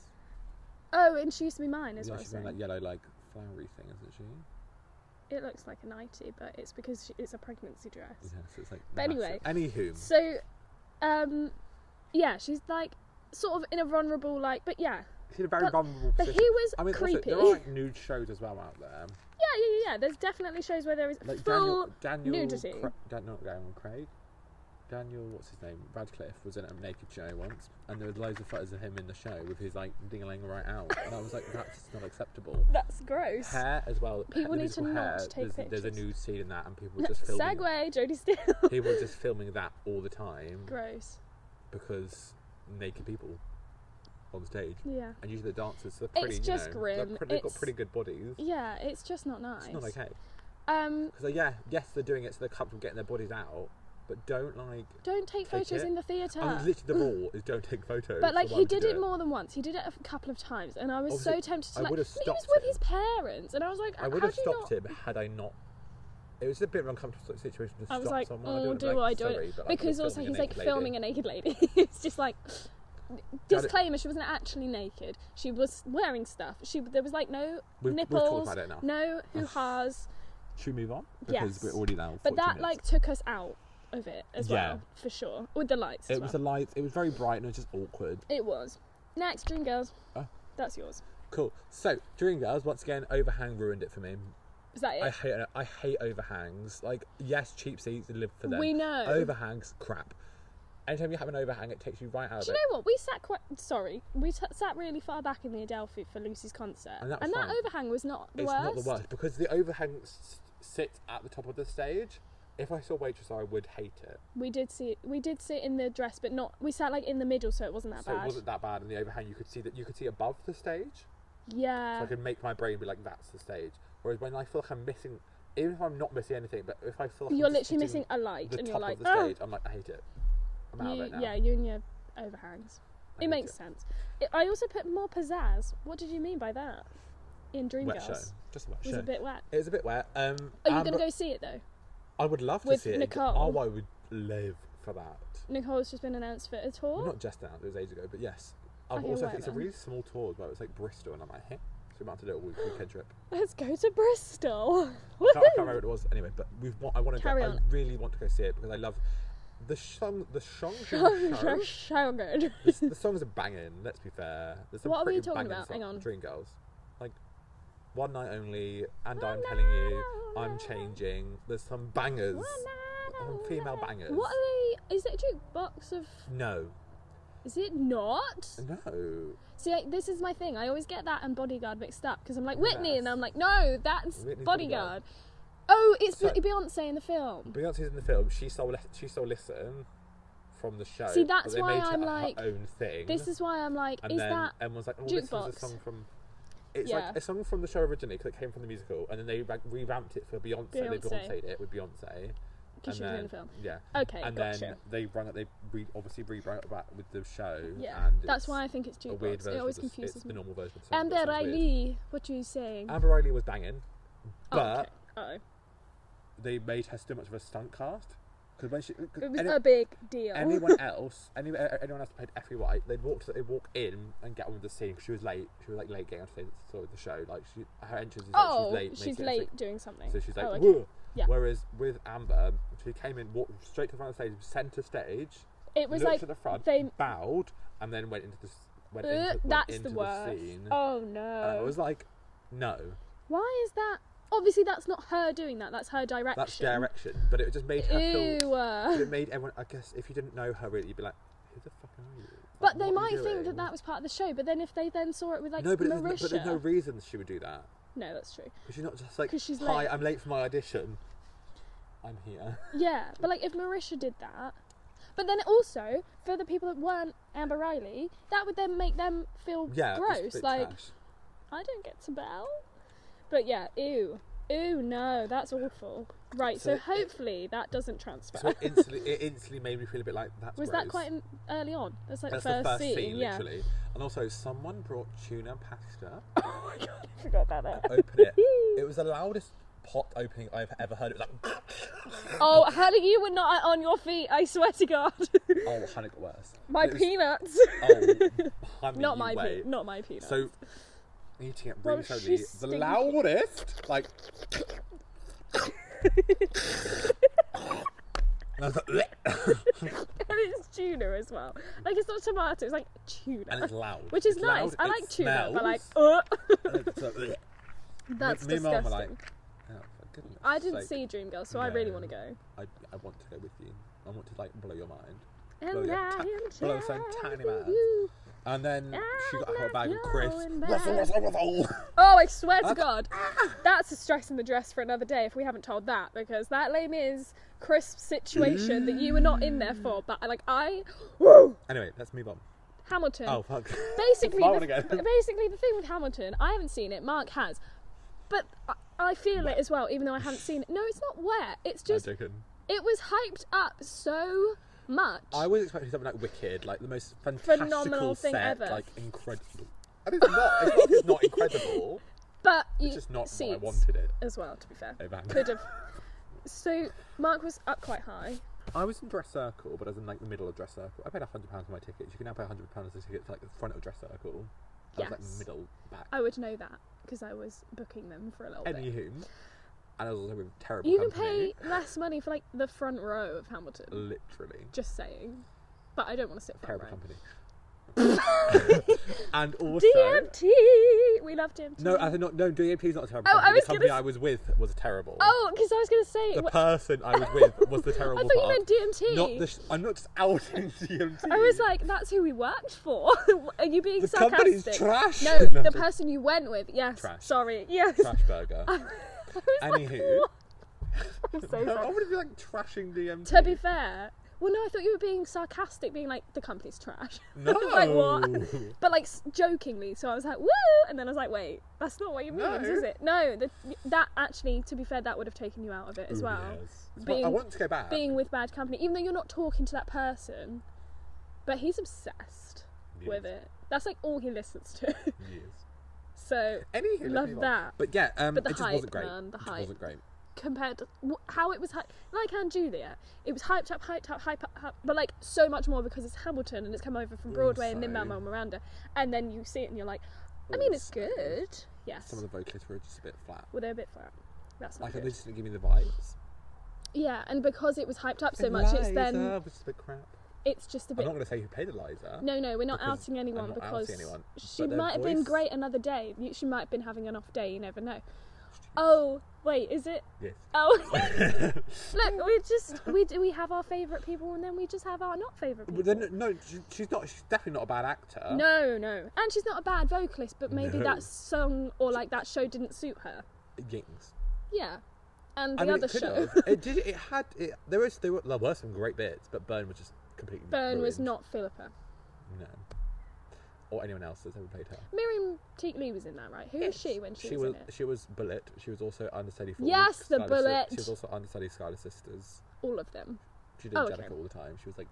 [SPEAKER 1] Oh, and she used to be mine as
[SPEAKER 2] Yeah,
[SPEAKER 1] well.
[SPEAKER 2] she's wearing that yellow like flowery thing, isn't she?
[SPEAKER 1] It looks like a nightie, but it's because she, it's a pregnancy dress.
[SPEAKER 2] Yes, it's like.
[SPEAKER 1] But
[SPEAKER 2] massive. Anywho,
[SPEAKER 1] So, um, yeah, she's like sort of in a vulnerable like, but yeah,
[SPEAKER 2] she's in a very
[SPEAKER 1] but-
[SPEAKER 2] vulnerable
[SPEAKER 1] but he
[SPEAKER 2] position.
[SPEAKER 1] was
[SPEAKER 2] I mean,
[SPEAKER 1] creepy.
[SPEAKER 2] also there are like nude shows as well out there.
[SPEAKER 1] yeah, yeah, yeah, yeah. There's definitely shows where there is
[SPEAKER 2] Like
[SPEAKER 1] full.
[SPEAKER 2] Daniel, Daniel,
[SPEAKER 1] nudity.
[SPEAKER 2] Cra- Dan, not Daniel Craig. Daniel, what's his name? Radcliffe was in a naked show once, and there were loads of photos of him in the show with his like dingling right out, and I was like, that's just not acceptable.
[SPEAKER 1] That's gross.
[SPEAKER 2] Hair as well. the
[SPEAKER 1] People need
[SPEAKER 2] musical
[SPEAKER 1] to not
[SPEAKER 2] hair,
[SPEAKER 1] take
[SPEAKER 2] there's, there's a
[SPEAKER 1] pictures.
[SPEAKER 2] nude scene in that, and people were just filming.
[SPEAKER 1] Segway, Jodie Steele.
[SPEAKER 2] People were just filming that all the time
[SPEAKER 1] [laughs] gross.
[SPEAKER 2] because naked people on stage,
[SPEAKER 1] Yeah.
[SPEAKER 2] and usually the dancers so they're pretty.
[SPEAKER 1] It's
[SPEAKER 2] you
[SPEAKER 1] just
[SPEAKER 2] know, they're
[SPEAKER 1] grim.
[SPEAKER 2] pretty- They've got
[SPEAKER 1] It's-
[SPEAKER 2] pretty good bodies.
[SPEAKER 1] Yeah, it's just not nice.
[SPEAKER 2] It's not okay.
[SPEAKER 1] Um,
[SPEAKER 2] Because yeah, yes, they're doing it so they're comfortable getting their bodies out, but don't like.
[SPEAKER 1] don't take,
[SPEAKER 2] Take
[SPEAKER 1] photos
[SPEAKER 2] it.
[SPEAKER 1] in the theatre.
[SPEAKER 2] I mean, literally, the rule is don't take photos.
[SPEAKER 1] Mm. But like
[SPEAKER 2] for
[SPEAKER 1] he
[SPEAKER 2] one to
[SPEAKER 1] did
[SPEAKER 2] do
[SPEAKER 1] it more than once. He did it a couple of times, and I was so
[SPEAKER 2] Obviously,
[SPEAKER 1] tempted to
[SPEAKER 2] I
[SPEAKER 1] like.
[SPEAKER 2] would've
[SPEAKER 1] but he was
[SPEAKER 2] stopped
[SPEAKER 1] with
[SPEAKER 2] him.
[SPEAKER 1] his parents, and I was like,
[SPEAKER 2] I would
[SPEAKER 1] how
[SPEAKER 2] have
[SPEAKER 1] do you
[SPEAKER 2] stopped him had I not. It was a bit of an uncomfortable si- situation to
[SPEAKER 1] I was
[SPEAKER 2] stop
[SPEAKER 1] like,
[SPEAKER 2] someone.
[SPEAKER 1] oh,
[SPEAKER 2] don't
[SPEAKER 1] do
[SPEAKER 2] like,
[SPEAKER 1] I do
[SPEAKER 2] sorry,
[SPEAKER 1] it?
[SPEAKER 2] but, like,
[SPEAKER 1] Because
[SPEAKER 2] you're
[SPEAKER 1] also
[SPEAKER 2] filming
[SPEAKER 1] he's
[SPEAKER 2] a
[SPEAKER 1] like
[SPEAKER 2] naked lady.
[SPEAKER 1] filming a naked lady. [laughs] it's just like disclaimer: she wasn't actually naked. She was wearing stuff. She there was like no
[SPEAKER 2] We've- we've talked
[SPEAKER 1] nipples,
[SPEAKER 2] about it now. [sighs]
[SPEAKER 1] no hoo ha's.
[SPEAKER 2] Should we move on?
[SPEAKER 1] Yes.
[SPEAKER 2] Because we're already now.
[SPEAKER 1] But
[SPEAKER 2] 40
[SPEAKER 1] that
[SPEAKER 2] minutes.
[SPEAKER 1] like took us out of it as
[SPEAKER 2] Yeah.
[SPEAKER 1] well, for sure, with the lights.
[SPEAKER 2] It
[SPEAKER 1] as
[SPEAKER 2] was a
[SPEAKER 1] well.
[SPEAKER 2] light. It was very bright and it was just awkward.
[SPEAKER 1] it was. Next, Dream Girls.
[SPEAKER 2] Oh.
[SPEAKER 1] That's yours.
[SPEAKER 2] Cool. So, Dreamgirls once again, overhang ruined it for me.
[SPEAKER 1] Is that it?
[SPEAKER 2] I hate. I hate overhangs. Like, yes, cheap seats live for them.
[SPEAKER 1] We know.
[SPEAKER 2] Overhangs, crap. Anytime you have an overhang, it takes you right out
[SPEAKER 1] Do
[SPEAKER 2] of it.
[SPEAKER 1] you know what? We sat quite. Sorry, we t- sat really far back in the Adelphi for Lucy's concert,
[SPEAKER 2] And that was fine.
[SPEAKER 1] overhang was not the
[SPEAKER 2] it's
[SPEAKER 1] worst.
[SPEAKER 2] not the worst because the overhang s- sits at the top of the stage. If I saw waitress, I would hate it.
[SPEAKER 1] We did see. We did sit in the dress, but not. We sat like in the middle, so it wasn't that
[SPEAKER 2] so
[SPEAKER 1] bad.
[SPEAKER 2] it wasn't that bad. And the overhang, you could see that you could see above the stage, so
[SPEAKER 1] yeah,
[SPEAKER 2] I could make my brain be like, "That's the stage." Whereas when I feel like I'm missing, even if I'm not missing anything, but if I feel like I'm
[SPEAKER 1] you're
[SPEAKER 2] just
[SPEAKER 1] literally
[SPEAKER 2] hitting
[SPEAKER 1] missing a light,
[SPEAKER 2] the
[SPEAKER 1] and
[SPEAKER 2] top
[SPEAKER 1] you're like,
[SPEAKER 2] of the
[SPEAKER 1] oh,
[SPEAKER 2] stage, I'm like, I hate it. I'm out
[SPEAKER 1] you,
[SPEAKER 2] of it now.
[SPEAKER 1] yeah, you and your overhangs.
[SPEAKER 2] I
[SPEAKER 1] it
[SPEAKER 2] hate
[SPEAKER 1] makes sense. It, I also put more pizzazz. What did you mean by that? In Dreamgirls,
[SPEAKER 2] Wet show,
[SPEAKER 1] was
[SPEAKER 2] just a wet
[SPEAKER 1] a
[SPEAKER 2] show.
[SPEAKER 1] bit wet.
[SPEAKER 2] It was a bit wet.
[SPEAKER 1] Are
[SPEAKER 2] Um,
[SPEAKER 1] you
[SPEAKER 2] Amber-
[SPEAKER 1] gonna go see it though?
[SPEAKER 2] I would love to
[SPEAKER 1] with
[SPEAKER 2] see it.
[SPEAKER 1] Nicole?
[SPEAKER 2] Oh, I would live for that.
[SPEAKER 1] Nicole's just been announced for a tour.
[SPEAKER 2] Not just now, it was ages ago, but yes. I've
[SPEAKER 1] Okay,
[SPEAKER 2] also
[SPEAKER 1] where
[SPEAKER 2] it's a
[SPEAKER 1] then?
[SPEAKER 2] really small tour as well. It's like Bristol, and I'm like, hey, so we might have to do a week-
[SPEAKER 1] [laughs]
[SPEAKER 2] weekend trip.
[SPEAKER 1] Let's go to Bristol.
[SPEAKER 2] I can't, I can't
[SPEAKER 1] Woohoo!
[SPEAKER 2] remember what it was anyway, but we want. I want to. Go,
[SPEAKER 1] Carry
[SPEAKER 2] I
[SPEAKER 1] on.
[SPEAKER 2] really want to go see it because I love the song. The song. [laughs]
[SPEAKER 1] So- so good.
[SPEAKER 2] the songs are banging. Let's be fair. There's some
[SPEAKER 1] What are we
[SPEAKER 2] pretty
[SPEAKER 1] talking
[SPEAKER 2] banging
[SPEAKER 1] about? Hang
[SPEAKER 2] songs.
[SPEAKER 1] on.
[SPEAKER 2] Dream Girls, like one night only, and
[SPEAKER 1] One
[SPEAKER 2] I'm telling you,
[SPEAKER 1] night
[SPEAKER 2] I'm
[SPEAKER 1] only.
[SPEAKER 2] changing. There's some bangers. Um, female bangers.
[SPEAKER 1] What are they? Is it a jukebox of?
[SPEAKER 2] No,
[SPEAKER 1] Is it not?
[SPEAKER 2] no.
[SPEAKER 1] See, like, this is my thing. I always get that and Bodyguard mixed up because I'm like Whitney,
[SPEAKER 2] Yes.
[SPEAKER 1] and I'm like, no, that's
[SPEAKER 2] Whitney's
[SPEAKER 1] Bodyguard.
[SPEAKER 2] Bodyguard.
[SPEAKER 1] Oh, it's
[SPEAKER 2] So-
[SPEAKER 1] Be- Beyonce in the film.
[SPEAKER 2] Beyonce's in the film. She stole. She stole. Listen, from the show.
[SPEAKER 1] See,
[SPEAKER 2] but
[SPEAKER 1] that's
[SPEAKER 2] they
[SPEAKER 1] why
[SPEAKER 2] made it
[SPEAKER 1] I'm
[SPEAKER 2] her
[SPEAKER 1] like,
[SPEAKER 2] own thing.
[SPEAKER 1] This is why I'm like,
[SPEAKER 2] and
[SPEAKER 1] is
[SPEAKER 2] then
[SPEAKER 1] that?
[SPEAKER 2] Em was like, oh, this was
[SPEAKER 1] jukebox?
[SPEAKER 2] a song from. It's
[SPEAKER 1] Yeah.
[SPEAKER 2] like a song from the show originally because it came from the musical, and then they like, revamped it for Beyonce. They
[SPEAKER 1] Beyonce.
[SPEAKER 2] Beyonce'd it with Beyonce.
[SPEAKER 1] 'Cause
[SPEAKER 2] and
[SPEAKER 1] she was in
[SPEAKER 2] then-
[SPEAKER 1] the film.
[SPEAKER 2] Yeah.
[SPEAKER 1] Okay,
[SPEAKER 2] and
[SPEAKER 1] gotcha.
[SPEAKER 2] then they run it. They re- obviously rewrote it back with the show.
[SPEAKER 1] yeah,
[SPEAKER 2] And
[SPEAKER 1] that's
[SPEAKER 2] it's
[SPEAKER 1] why I think it's
[SPEAKER 2] a weird
[SPEAKER 1] jukebox.
[SPEAKER 2] version.
[SPEAKER 1] It always
[SPEAKER 2] of the, s-
[SPEAKER 1] confuses
[SPEAKER 2] it's
[SPEAKER 1] me.
[SPEAKER 2] the normal version. Of the song,
[SPEAKER 1] Amber
[SPEAKER 2] but it sounds weird.
[SPEAKER 1] Riley, what are you saying?
[SPEAKER 2] Amber Riley was banging,
[SPEAKER 1] oh,
[SPEAKER 2] but
[SPEAKER 1] okay. oh,
[SPEAKER 2] they made her so much of a stunt cast because when she
[SPEAKER 1] it was
[SPEAKER 2] any-
[SPEAKER 1] a big deal. [laughs]
[SPEAKER 2] anyone else, any, anyone else that played E Effie White, they'd walk to, they'd walk in and get on with the scene 'cause she was late. She was like late getting onto the, sort of the show. Like she, her entrance is
[SPEAKER 1] oh,
[SPEAKER 2] like, she's late. making it,
[SPEAKER 1] doing
[SPEAKER 2] so-
[SPEAKER 1] something.
[SPEAKER 2] So she's like,
[SPEAKER 1] oh, okay.
[SPEAKER 2] "Whoa."
[SPEAKER 1] Yeah.
[SPEAKER 2] Whereas with Amber, she came in, walked straight to the front of the stage, centre stage,
[SPEAKER 1] it was
[SPEAKER 2] looked
[SPEAKER 1] like
[SPEAKER 2] at the front,
[SPEAKER 1] they
[SPEAKER 2] bowed, and then went into the s- went
[SPEAKER 1] Ugh,
[SPEAKER 2] into, went
[SPEAKER 1] that's
[SPEAKER 2] into
[SPEAKER 1] the worst.
[SPEAKER 2] scene.
[SPEAKER 1] Oh
[SPEAKER 2] And I
[SPEAKER 1] no.
[SPEAKER 2] was like, no,
[SPEAKER 1] Why is that? Obviously, that's not her doing that. That's her direction.
[SPEAKER 2] that's direction. But it just made her feel.
[SPEAKER 1] Ew. uh.
[SPEAKER 2] It made everyone. I guess if you didn't know her, really, you'd be like, who the fuck are you? Like,
[SPEAKER 1] But they
[SPEAKER 2] what are
[SPEAKER 1] might
[SPEAKER 2] you
[SPEAKER 1] think that
[SPEAKER 2] doing?
[SPEAKER 1] that was part of the show. But then if they then saw it with like
[SPEAKER 2] no, but, there's no,
[SPEAKER 1] Marisha,
[SPEAKER 2] but there's no
[SPEAKER 1] no,
[SPEAKER 2] reason she would do that.
[SPEAKER 1] that's true.
[SPEAKER 2] Because she's not just like,
[SPEAKER 1] 'Cause she's
[SPEAKER 2] hi,
[SPEAKER 1] late."
[SPEAKER 2] I'm late for my audition. I'm here. [laughs]
[SPEAKER 1] Yeah, but like if Marisha did that, but then also for the people that weren't Amber Riley, that would then make them feel
[SPEAKER 2] yeah, it's a
[SPEAKER 1] gross.
[SPEAKER 2] bit
[SPEAKER 1] Like
[SPEAKER 2] trash.
[SPEAKER 1] I don't get to bell. But yeah, ew. Ooh, no, that's awful. Right, so,
[SPEAKER 2] So it-
[SPEAKER 1] hopefully that doesn't transfer.
[SPEAKER 2] So it instantly, it instantly made me feel a bit like that's
[SPEAKER 1] was
[SPEAKER 2] gross.
[SPEAKER 1] that quite in- early on? That's like
[SPEAKER 2] That's
[SPEAKER 1] the first,
[SPEAKER 2] scene,
[SPEAKER 1] scene, yeah.
[SPEAKER 2] literally. And also, someone brought tuna pasta.
[SPEAKER 1] [laughs]
[SPEAKER 2] [laughs]
[SPEAKER 1] Oh my god, I forgot about that.
[SPEAKER 2] Open
[SPEAKER 1] [laughs]
[SPEAKER 2] it. It was the loudest pot opening I've ever heard. It was like, [laughs]
[SPEAKER 1] Oh, Hannah, you were not on your feet, I swear to God. [laughs]
[SPEAKER 2] oh, honey, got worse.
[SPEAKER 1] my
[SPEAKER 2] It was-
[SPEAKER 1] peanuts. [laughs]
[SPEAKER 2] Oh, honey,
[SPEAKER 1] not
[SPEAKER 2] you
[SPEAKER 1] my pe-
[SPEAKER 2] wait.
[SPEAKER 1] not my peanuts. [laughs]
[SPEAKER 2] So, eating it
[SPEAKER 1] Well,
[SPEAKER 2] really slowly.
[SPEAKER 1] she's
[SPEAKER 2] The
[SPEAKER 1] stinky.
[SPEAKER 2] loudest,
[SPEAKER 1] [laughs]
[SPEAKER 2] like. [laughs] and I was like,
[SPEAKER 1] and it's tuna as well. Like it's not tomato, it's like tuna.
[SPEAKER 2] and it's loud.
[SPEAKER 1] Which is
[SPEAKER 2] It's
[SPEAKER 1] nice.
[SPEAKER 2] loud,
[SPEAKER 1] I
[SPEAKER 2] it
[SPEAKER 1] like tuna, but like,
[SPEAKER 2] smells, [laughs]
[SPEAKER 1] uh, [laughs]
[SPEAKER 2] and it's like,
[SPEAKER 1] that's
[SPEAKER 2] me and my mum were
[SPEAKER 1] disgusting.
[SPEAKER 2] like, oh, for goodness
[SPEAKER 1] I didn't see
[SPEAKER 2] sake.
[SPEAKER 1] Dreamgirls, so I really
[SPEAKER 2] No.
[SPEAKER 1] want to go.
[SPEAKER 2] I, I want to go with you. I want to like blow your mind. Blow
[SPEAKER 1] And
[SPEAKER 2] your
[SPEAKER 1] I
[SPEAKER 2] ta-
[SPEAKER 1] am
[SPEAKER 2] blow your same
[SPEAKER 1] tired
[SPEAKER 2] tiny
[SPEAKER 1] of
[SPEAKER 2] man.
[SPEAKER 1] you.
[SPEAKER 2] And then
[SPEAKER 1] Ah,
[SPEAKER 2] she got a whole
[SPEAKER 1] I'm
[SPEAKER 2] bag of
[SPEAKER 1] not
[SPEAKER 2] crisps.
[SPEAKER 1] going back.
[SPEAKER 2] Ruffle, ruffle, ruffle. [laughs]
[SPEAKER 1] Oh, I swear to
[SPEAKER 2] That's-
[SPEAKER 1] God,
[SPEAKER 2] Ah!
[SPEAKER 1] that's a stress in the dress for another day if we haven't told that because that lame is crisp situation that you were not in there for. But like
[SPEAKER 2] [gasps]
[SPEAKER 1] I,
[SPEAKER 2] anyway, let's move on.
[SPEAKER 1] Hamilton. [laughs]
[SPEAKER 2] Oh fuck.
[SPEAKER 1] basically,
[SPEAKER 2] Smile
[SPEAKER 1] the,
[SPEAKER 2] again.
[SPEAKER 1] but basically the thing with Hamilton, I haven't seen it. Mark has, but I, I feel it as well, even though I haven't seen it. No, it's not wet. It's
[SPEAKER 2] No,
[SPEAKER 1] just
[SPEAKER 2] joking.
[SPEAKER 1] it was hyped up so much.
[SPEAKER 2] I was expecting something like Wicked, like the most fantastical
[SPEAKER 1] Phenomenal thing
[SPEAKER 2] set,
[SPEAKER 1] ever.
[SPEAKER 2] like incredible. And it's not. It's not, it's
[SPEAKER 1] [laughs]
[SPEAKER 2] not incredible.
[SPEAKER 1] but you
[SPEAKER 2] It's just not
[SPEAKER 1] see
[SPEAKER 2] what I wanted it.
[SPEAKER 1] as well. To be fair,
[SPEAKER 2] Oh, bang.
[SPEAKER 1] could have. So Mark was up quite high.
[SPEAKER 2] I was in dress circle, but I was in like the middle of dress circle. I paid hundred pounds for my tickets. You can now pay hundred pounds for tickets like the front of dress circle. I was
[SPEAKER 1] Yes.
[SPEAKER 2] like middle back.
[SPEAKER 1] I would know that because I was booking them for a little bit.
[SPEAKER 2] Anywho, and I was also with terrible
[SPEAKER 1] You can
[SPEAKER 2] company.
[SPEAKER 1] pay less money for like the front row of Hamilton.
[SPEAKER 2] Literally.
[SPEAKER 1] Just saying. But I don't want to sit front
[SPEAKER 2] terrible
[SPEAKER 1] row.
[SPEAKER 2] company.
[SPEAKER 1] [laughs]
[SPEAKER 2] and also,
[SPEAKER 1] DMT. We love DMT.
[SPEAKER 2] no, I think not. No, DMP is not a terrible.
[SPEAKER 1] Oh, I
[SPEAKER 2] company.
[SPEAKER 1] was
[SPEAKER 2] the
[SPEAKER 1] gonna s-
[SPEAKER 2] company I was with was terrible.
[SPEAKER 1] oh, because I was gonna say.
[SPEAKER 2] the
[SPEAKER 1] wha-
[SPEAKER 2] person I was with was the terrible.
[SPEAKER 1] [laughs] I thought you
[SPEAKER 2] part.
[SPEAKER 1] meant DMT.
[SPEAKER 2] Not the. Sh- I'm not just outing [laughs] DMT.
[SPEAKER 1] I was like, that's who we worked for. [laughs] Are you being
[SPEAKER 2] the company's
[SPEAKER 1] sarcastic?
[SPEAKER 2] trash.
[SPEAKER 1] No, the
[SPEAKER 2] [laughs] just
[SPEAKER 1] person you went with. Yes.
[SPEAKER 2] Trash.
[SPEAKER 1] Sorry. Yes.
[SPEAKER 2] trash burger.
[SPEAKER 1] I was like, [laughs]
[SPEAKER 2] Anywho,
[SPEAKER 1] what? [laughs] I'm [laughs]
[SPEAKER 2] [laughs]
[SPEAKER 1] so
[SPEAKER 2] no, I
[SPEAKER 1] sorry.
[SPEAKER 2] would be like trashing DMT.
[SPEAKER 1] To be fair, well, no, I thought you were being sarcastic, being like, the company's trash.
[SPEAKER 2] [laughs]
[SPEAKER 1] [laughs]
[SPEAKER 2] no.
[SPEAKER 1] like,
[SPEAKER 2] [laughs]
[SPEAKER 1] what? [laughs] But like s- jokingly, so I was like, "Woo!" and then I was like, "Wait, that's not what you mean,
[SPEAKER 2] No.
[SPEAKER 1] is it?" No, the, that actually, to be fair, that would have taken you out of it as
[SPEAKER 2] Ooh,
[SPEAKER 1] well.
[SPEAKER 2] yes. But I
[SPEAKER 1] Being-
[SPEAKER 2] want to go back.
[SPEAKER 1] Being with bad company, even though you're not talking to that person, but he's obsessed
[SPEAKER 2] Yes,
[SPEAKER 1] with it. That's like all he listens to. [laughs]
[SPEAKER 2] yes.
[SPEAKER 1] so
[SPEAKER 2] Anywho, let's
[SPEAKER 1] Love
[SPEAKER 2] move on.
[SPEAKER 1] that.
[SPEAKER 2] But yeah, um,
[SPEAKER 1] But the
[SPEAKER 2] it just
[SPEAKER 1] hype,
[SPEAKER 2] wasn't great.
[SPEAKER 1] man, the
[SPEAKER 2] It just
[SPEAKER 1] hype.
[SPEAKER 2] wasn't great.
[SPEAKER 1] compared to wh- how it was hy- like Anne Julia, it was hyped up, hyped up, hyped up, hyped, but like so much more because it's Hamilton and it's come over from Broadway and Lin Manuel
[SPEAKER 2] Also-
[SPEAKER 1] Miranda, and then you see it and you're like, I mean, it's
[SPEAKER 2] Also,
[SPEAKER 1] good. Yes.
[SPEAKER 2] Some of the vocalists were just a bit flat.
[SPEAKER 1] Well, they're a bit flat. That's not
[SPEAKER 2] Like, they
[SPEAKER 1] good.
[SPEAKER 2] just didn't give me the vibes.
[SPEAKER 1] Yeah, and because it was hyped up so much, it's then
[SPEAKER 2] Eliza, which is a bit crap.
[SPEAKER 1] it's just a
[SPEAKER 2] I'm
[SPEAKER 1] bit.
[SPEAKER 2] not going to say who played Eliza.
[SPEAKER 1] No, no, we're not
[SPEAKER 2] because
[SPEAKER 1] outing anyone
[SPEAKER 2] I'm not outing
[SPEAKER 1] because
[SPEAKER 2] anyone,
[SPEAKER 1] she
[SPEAKER 2] but their
[SPEAKER 1] might have been
[SPEAKER 2] voice-
[SPEAKER 1] great another day. You- She might have been having an off day. You never know. Oh wait, is it?
[SPEAKER 2] Yes. [laughs]
[SPEAKER 1] Oh
[SPEAKER 2] but
[SPEAKER 1] look, we
[SPEAKER 2] Mm.
[SPEAKER 1] just we do we have our favourite people and then we just have our not favourite people.
[SPEAKER 2] then, no, she- she's not. She's definitely not a bad actor.
[SPEAKER 1] no, no, and she's not a bad vocalist, but maybe
[SPEAKER 2] No.
[SPEAKER 1] that song or like that show didn't suit her.
[SPEAKER 2] Yings.
[SPEAKER 1] Yeah, and the
[SPEAKER 2] I mean,
[SPEAKER 1] other
[SPEAKER 2] it could
[SPEAKER 1] show,
[SPEAKER 2] have. It did. It had. It, there was. There were, there were some great bits, but Burn was just completely.
[SPEAKER 1] Byrne was
[SPEAKER 2] ruined.
[SPEAKER 1] not Philippa.
[SPEAKER 2] No. Or anyone else that's ever played her.
[SPEAKER 1] Miriam Teatley was in that, right? Who was she when she,
[SPEAKER 2] she
[SPEAKER 1] was,
[SPEAKER 2] was
[SPEAKER 1] in it?
[SPEAKER 2] she was Bullet. She was also understudy for
[SPEAKER 1] Yes, the
[SPEAKER 2] Skylar
[SPEAKER 1] Bullet.
[SPEAKER 2] Si- she was also understudy Skylar Sisters.
[SPEAKER 1] All of them.
[SPEAKER 2] She did
[SPEAKER 1] Oh, okay.
[SPEAKER 2] Angelica all the time. She was like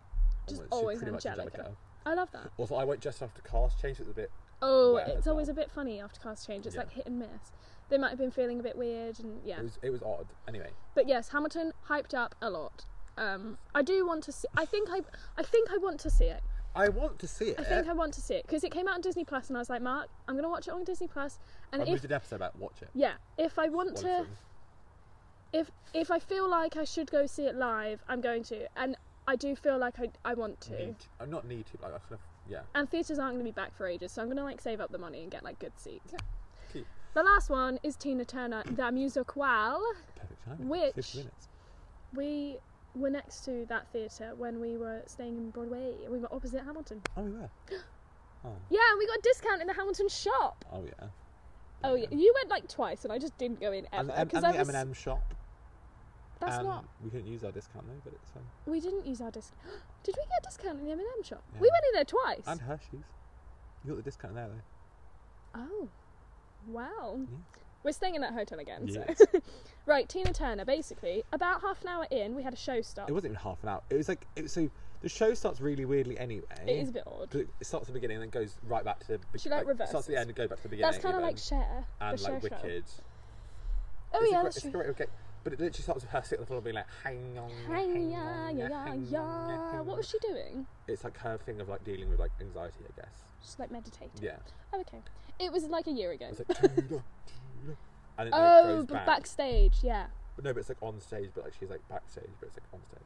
[SPEAKER 1] Just
[SPEAKER 2] almost, she was
[SPEAKER 1] always
[SPEAKER 2] pretty much
[SPEAKER 1] Angelica.
[SPEAKER 2] Angelica.
[SPEAKER 1] I love
[SPEAKER 2] [laughs]
[SPEAKER 1] that.
[SPEAKER 2] Also, I went just after cast change. It was a bit.
[SPEAKER 1] Oh,
[SPEAKER 2] Wet
[SPEAKER 1] it's
[SPEAKER 2] as
[SPEAKER 1] always a
[SPEAKER 2] well.
[SPEAKER 1] bit funny after cast change. It's
[SPEAKER 2] Yeah.
[SPEAKER 1] like hit and miss. They might have been feeling a bit weird, and yeah.
[SPEAKER 2] It was. It was odd. Anyway,
[SPEAKER 1] But yes, Hamilton hyped up a lot. Um, I do want to see. I think I, I think I want to see it.
[SPEAKER 2] I want to see it.
[SPEAKER 1] I think I want to see it because it came out on Disney Plus, and I was like, Mark, I'm gonna watch it on Disney Plus, and
[SPEAKER 2] I
[SPEAKER 1] if
[SPEAKER 2] moved an episode about watch it.
[SPEAKER 1] yeah, if I want
[SPEAKER 2] One of
[SPEAKER 1] to,
[SPEAKER 2] them.
[SPEAKER 1] if if I feel like I should go see it live, I'm going to, and I do feel like I I want to.
[SPEAKER 2] Need to- I'm not need to. Like I kind of yeah.
[SPEAKER 1] And theatres aren't going to be back for ages, so I'm going to like save up the money and get like good seats.
[SPEAKER 2] Yeah, cool.
[SPEAKER 1] The last one is Tina Turner, The Musical.
[SPEAKER 2] Perfect time.
[SPEAKER 1] Which-
[SPEAKER 2] 50 minutes.
[SPEAKER 1] We were next to that theatre when we were staying in Broadway, and we were opposite Hamilton.
[SPEAKER 2] Oh, we
[SPEAKER 1] [gasps]
[SPEAKER 2] were. Oh,
[SPEAKER 1] Yeah, and we got a discount in the Hamilton shop.
[SPEAKER 2] oh yeah.
[SPEAKER 1] Oh yeah, you went like twice, and I just didn't go in
[SPEAKER 2] And,
[SPEAKER 1] ever
[SPEAKER 2] and,
[SPEAKER 1] because I
[SPEAKER 2] and the
[SPEAKER 1] was.
[SPEAKER 2] M&M shop.
[SPEAKER 1] That's
[SPEAKER 2] um,
[SPEAKER 1] not.
[SPEAKER 2] We couldn't use our discount though, but it's fine.
[SPEAKER 1] We didn't use our discount. [gasps] Did we get a discount in the M&M shop?
[SPEAKER 2] Yeah.
[SPEAKER 1] We went in there twice.
[SPEAKER 2] And Hershey's. You got the discount there though.
[SPEAKER 1] Oh, wow.
[SPEAKER 2] Yeah.
[SPEAKER 1] We're staying in that hotel again.
[SPEAKER 2] Yes.
[SPEAKER 1] So. [laughs] right, Tina Turner. Basically, about half an hour in, we had a show start.
[SPEAKER 2] It wasn't even half an hour. It was like it was, so. The show starts really weirdly anyway.
[SPEAKER 1] It is a bit odd.
[SPEAKER 2] 'Cause it starts at the beginning and then goes right back to the beginning.
[SPEAKER 1] She, like,
[SPEAKER 2] starts at the
[SPEAKER 1] reverses.
[SPEAKER 2] end and go back to the beginning.
[SPEAKER 1] That's kind of
[SPEAKER 2] even,
[SPEAKER 1] like Cher,
[SPEAKER 2] and
[SPEAKER 1] the
[SPEAKER 2] like
[SPEAKER 1] Cher show.
[SPEAKER 2] Wicked.
[SPEAKER 1] Oh
[SPEAKER 2] it's a
[SPEAKER 1] yeah,
[SPEAKER 2] great-
[SPEAKER 1] that's
[SPEAKER 2] it's a
[SPEAKER 1] true.
[SPEAKER 2] great okay, but it literally starts with her sitting on the floor being like, hang on, ya,
[SPEAKER 1] Hey,
[SPEAKER 2] hang
[SPEAKER 1] yeah,
[SPEAKER 2] on, ya,
[SPEAKER 1] yeah, yeah,
[SPEAKER 2] hang on, ya,
[SPEAKER 1] yeah.
[SPEAKER 2] hang
[SPEAKER 1] What was
[SPEAKER 2] on.
[SPEAKER 1] she doing?
[SPEAKER 2] It's like her thing of like dealing with like anxiety, I guess.
[SPEAKER 1] Just like meditating.
[SPEAKER 2] Yeah.
[SPEAKER 1] Oh, okay. It was like a year ago. [laughs]
[SPEAKER 2] It's like Tudor, Tudor. and then it
[SPEAKER 1] oh,
[SPEAKER 2] goes
[SPEAKER 1] but
[SPEAKER 2] back.
[SPEAKER 1] backstage. Yeah,
[SPEAKER 2] But no, but it's like on stage, but like she's like backstage, but it's like on stage.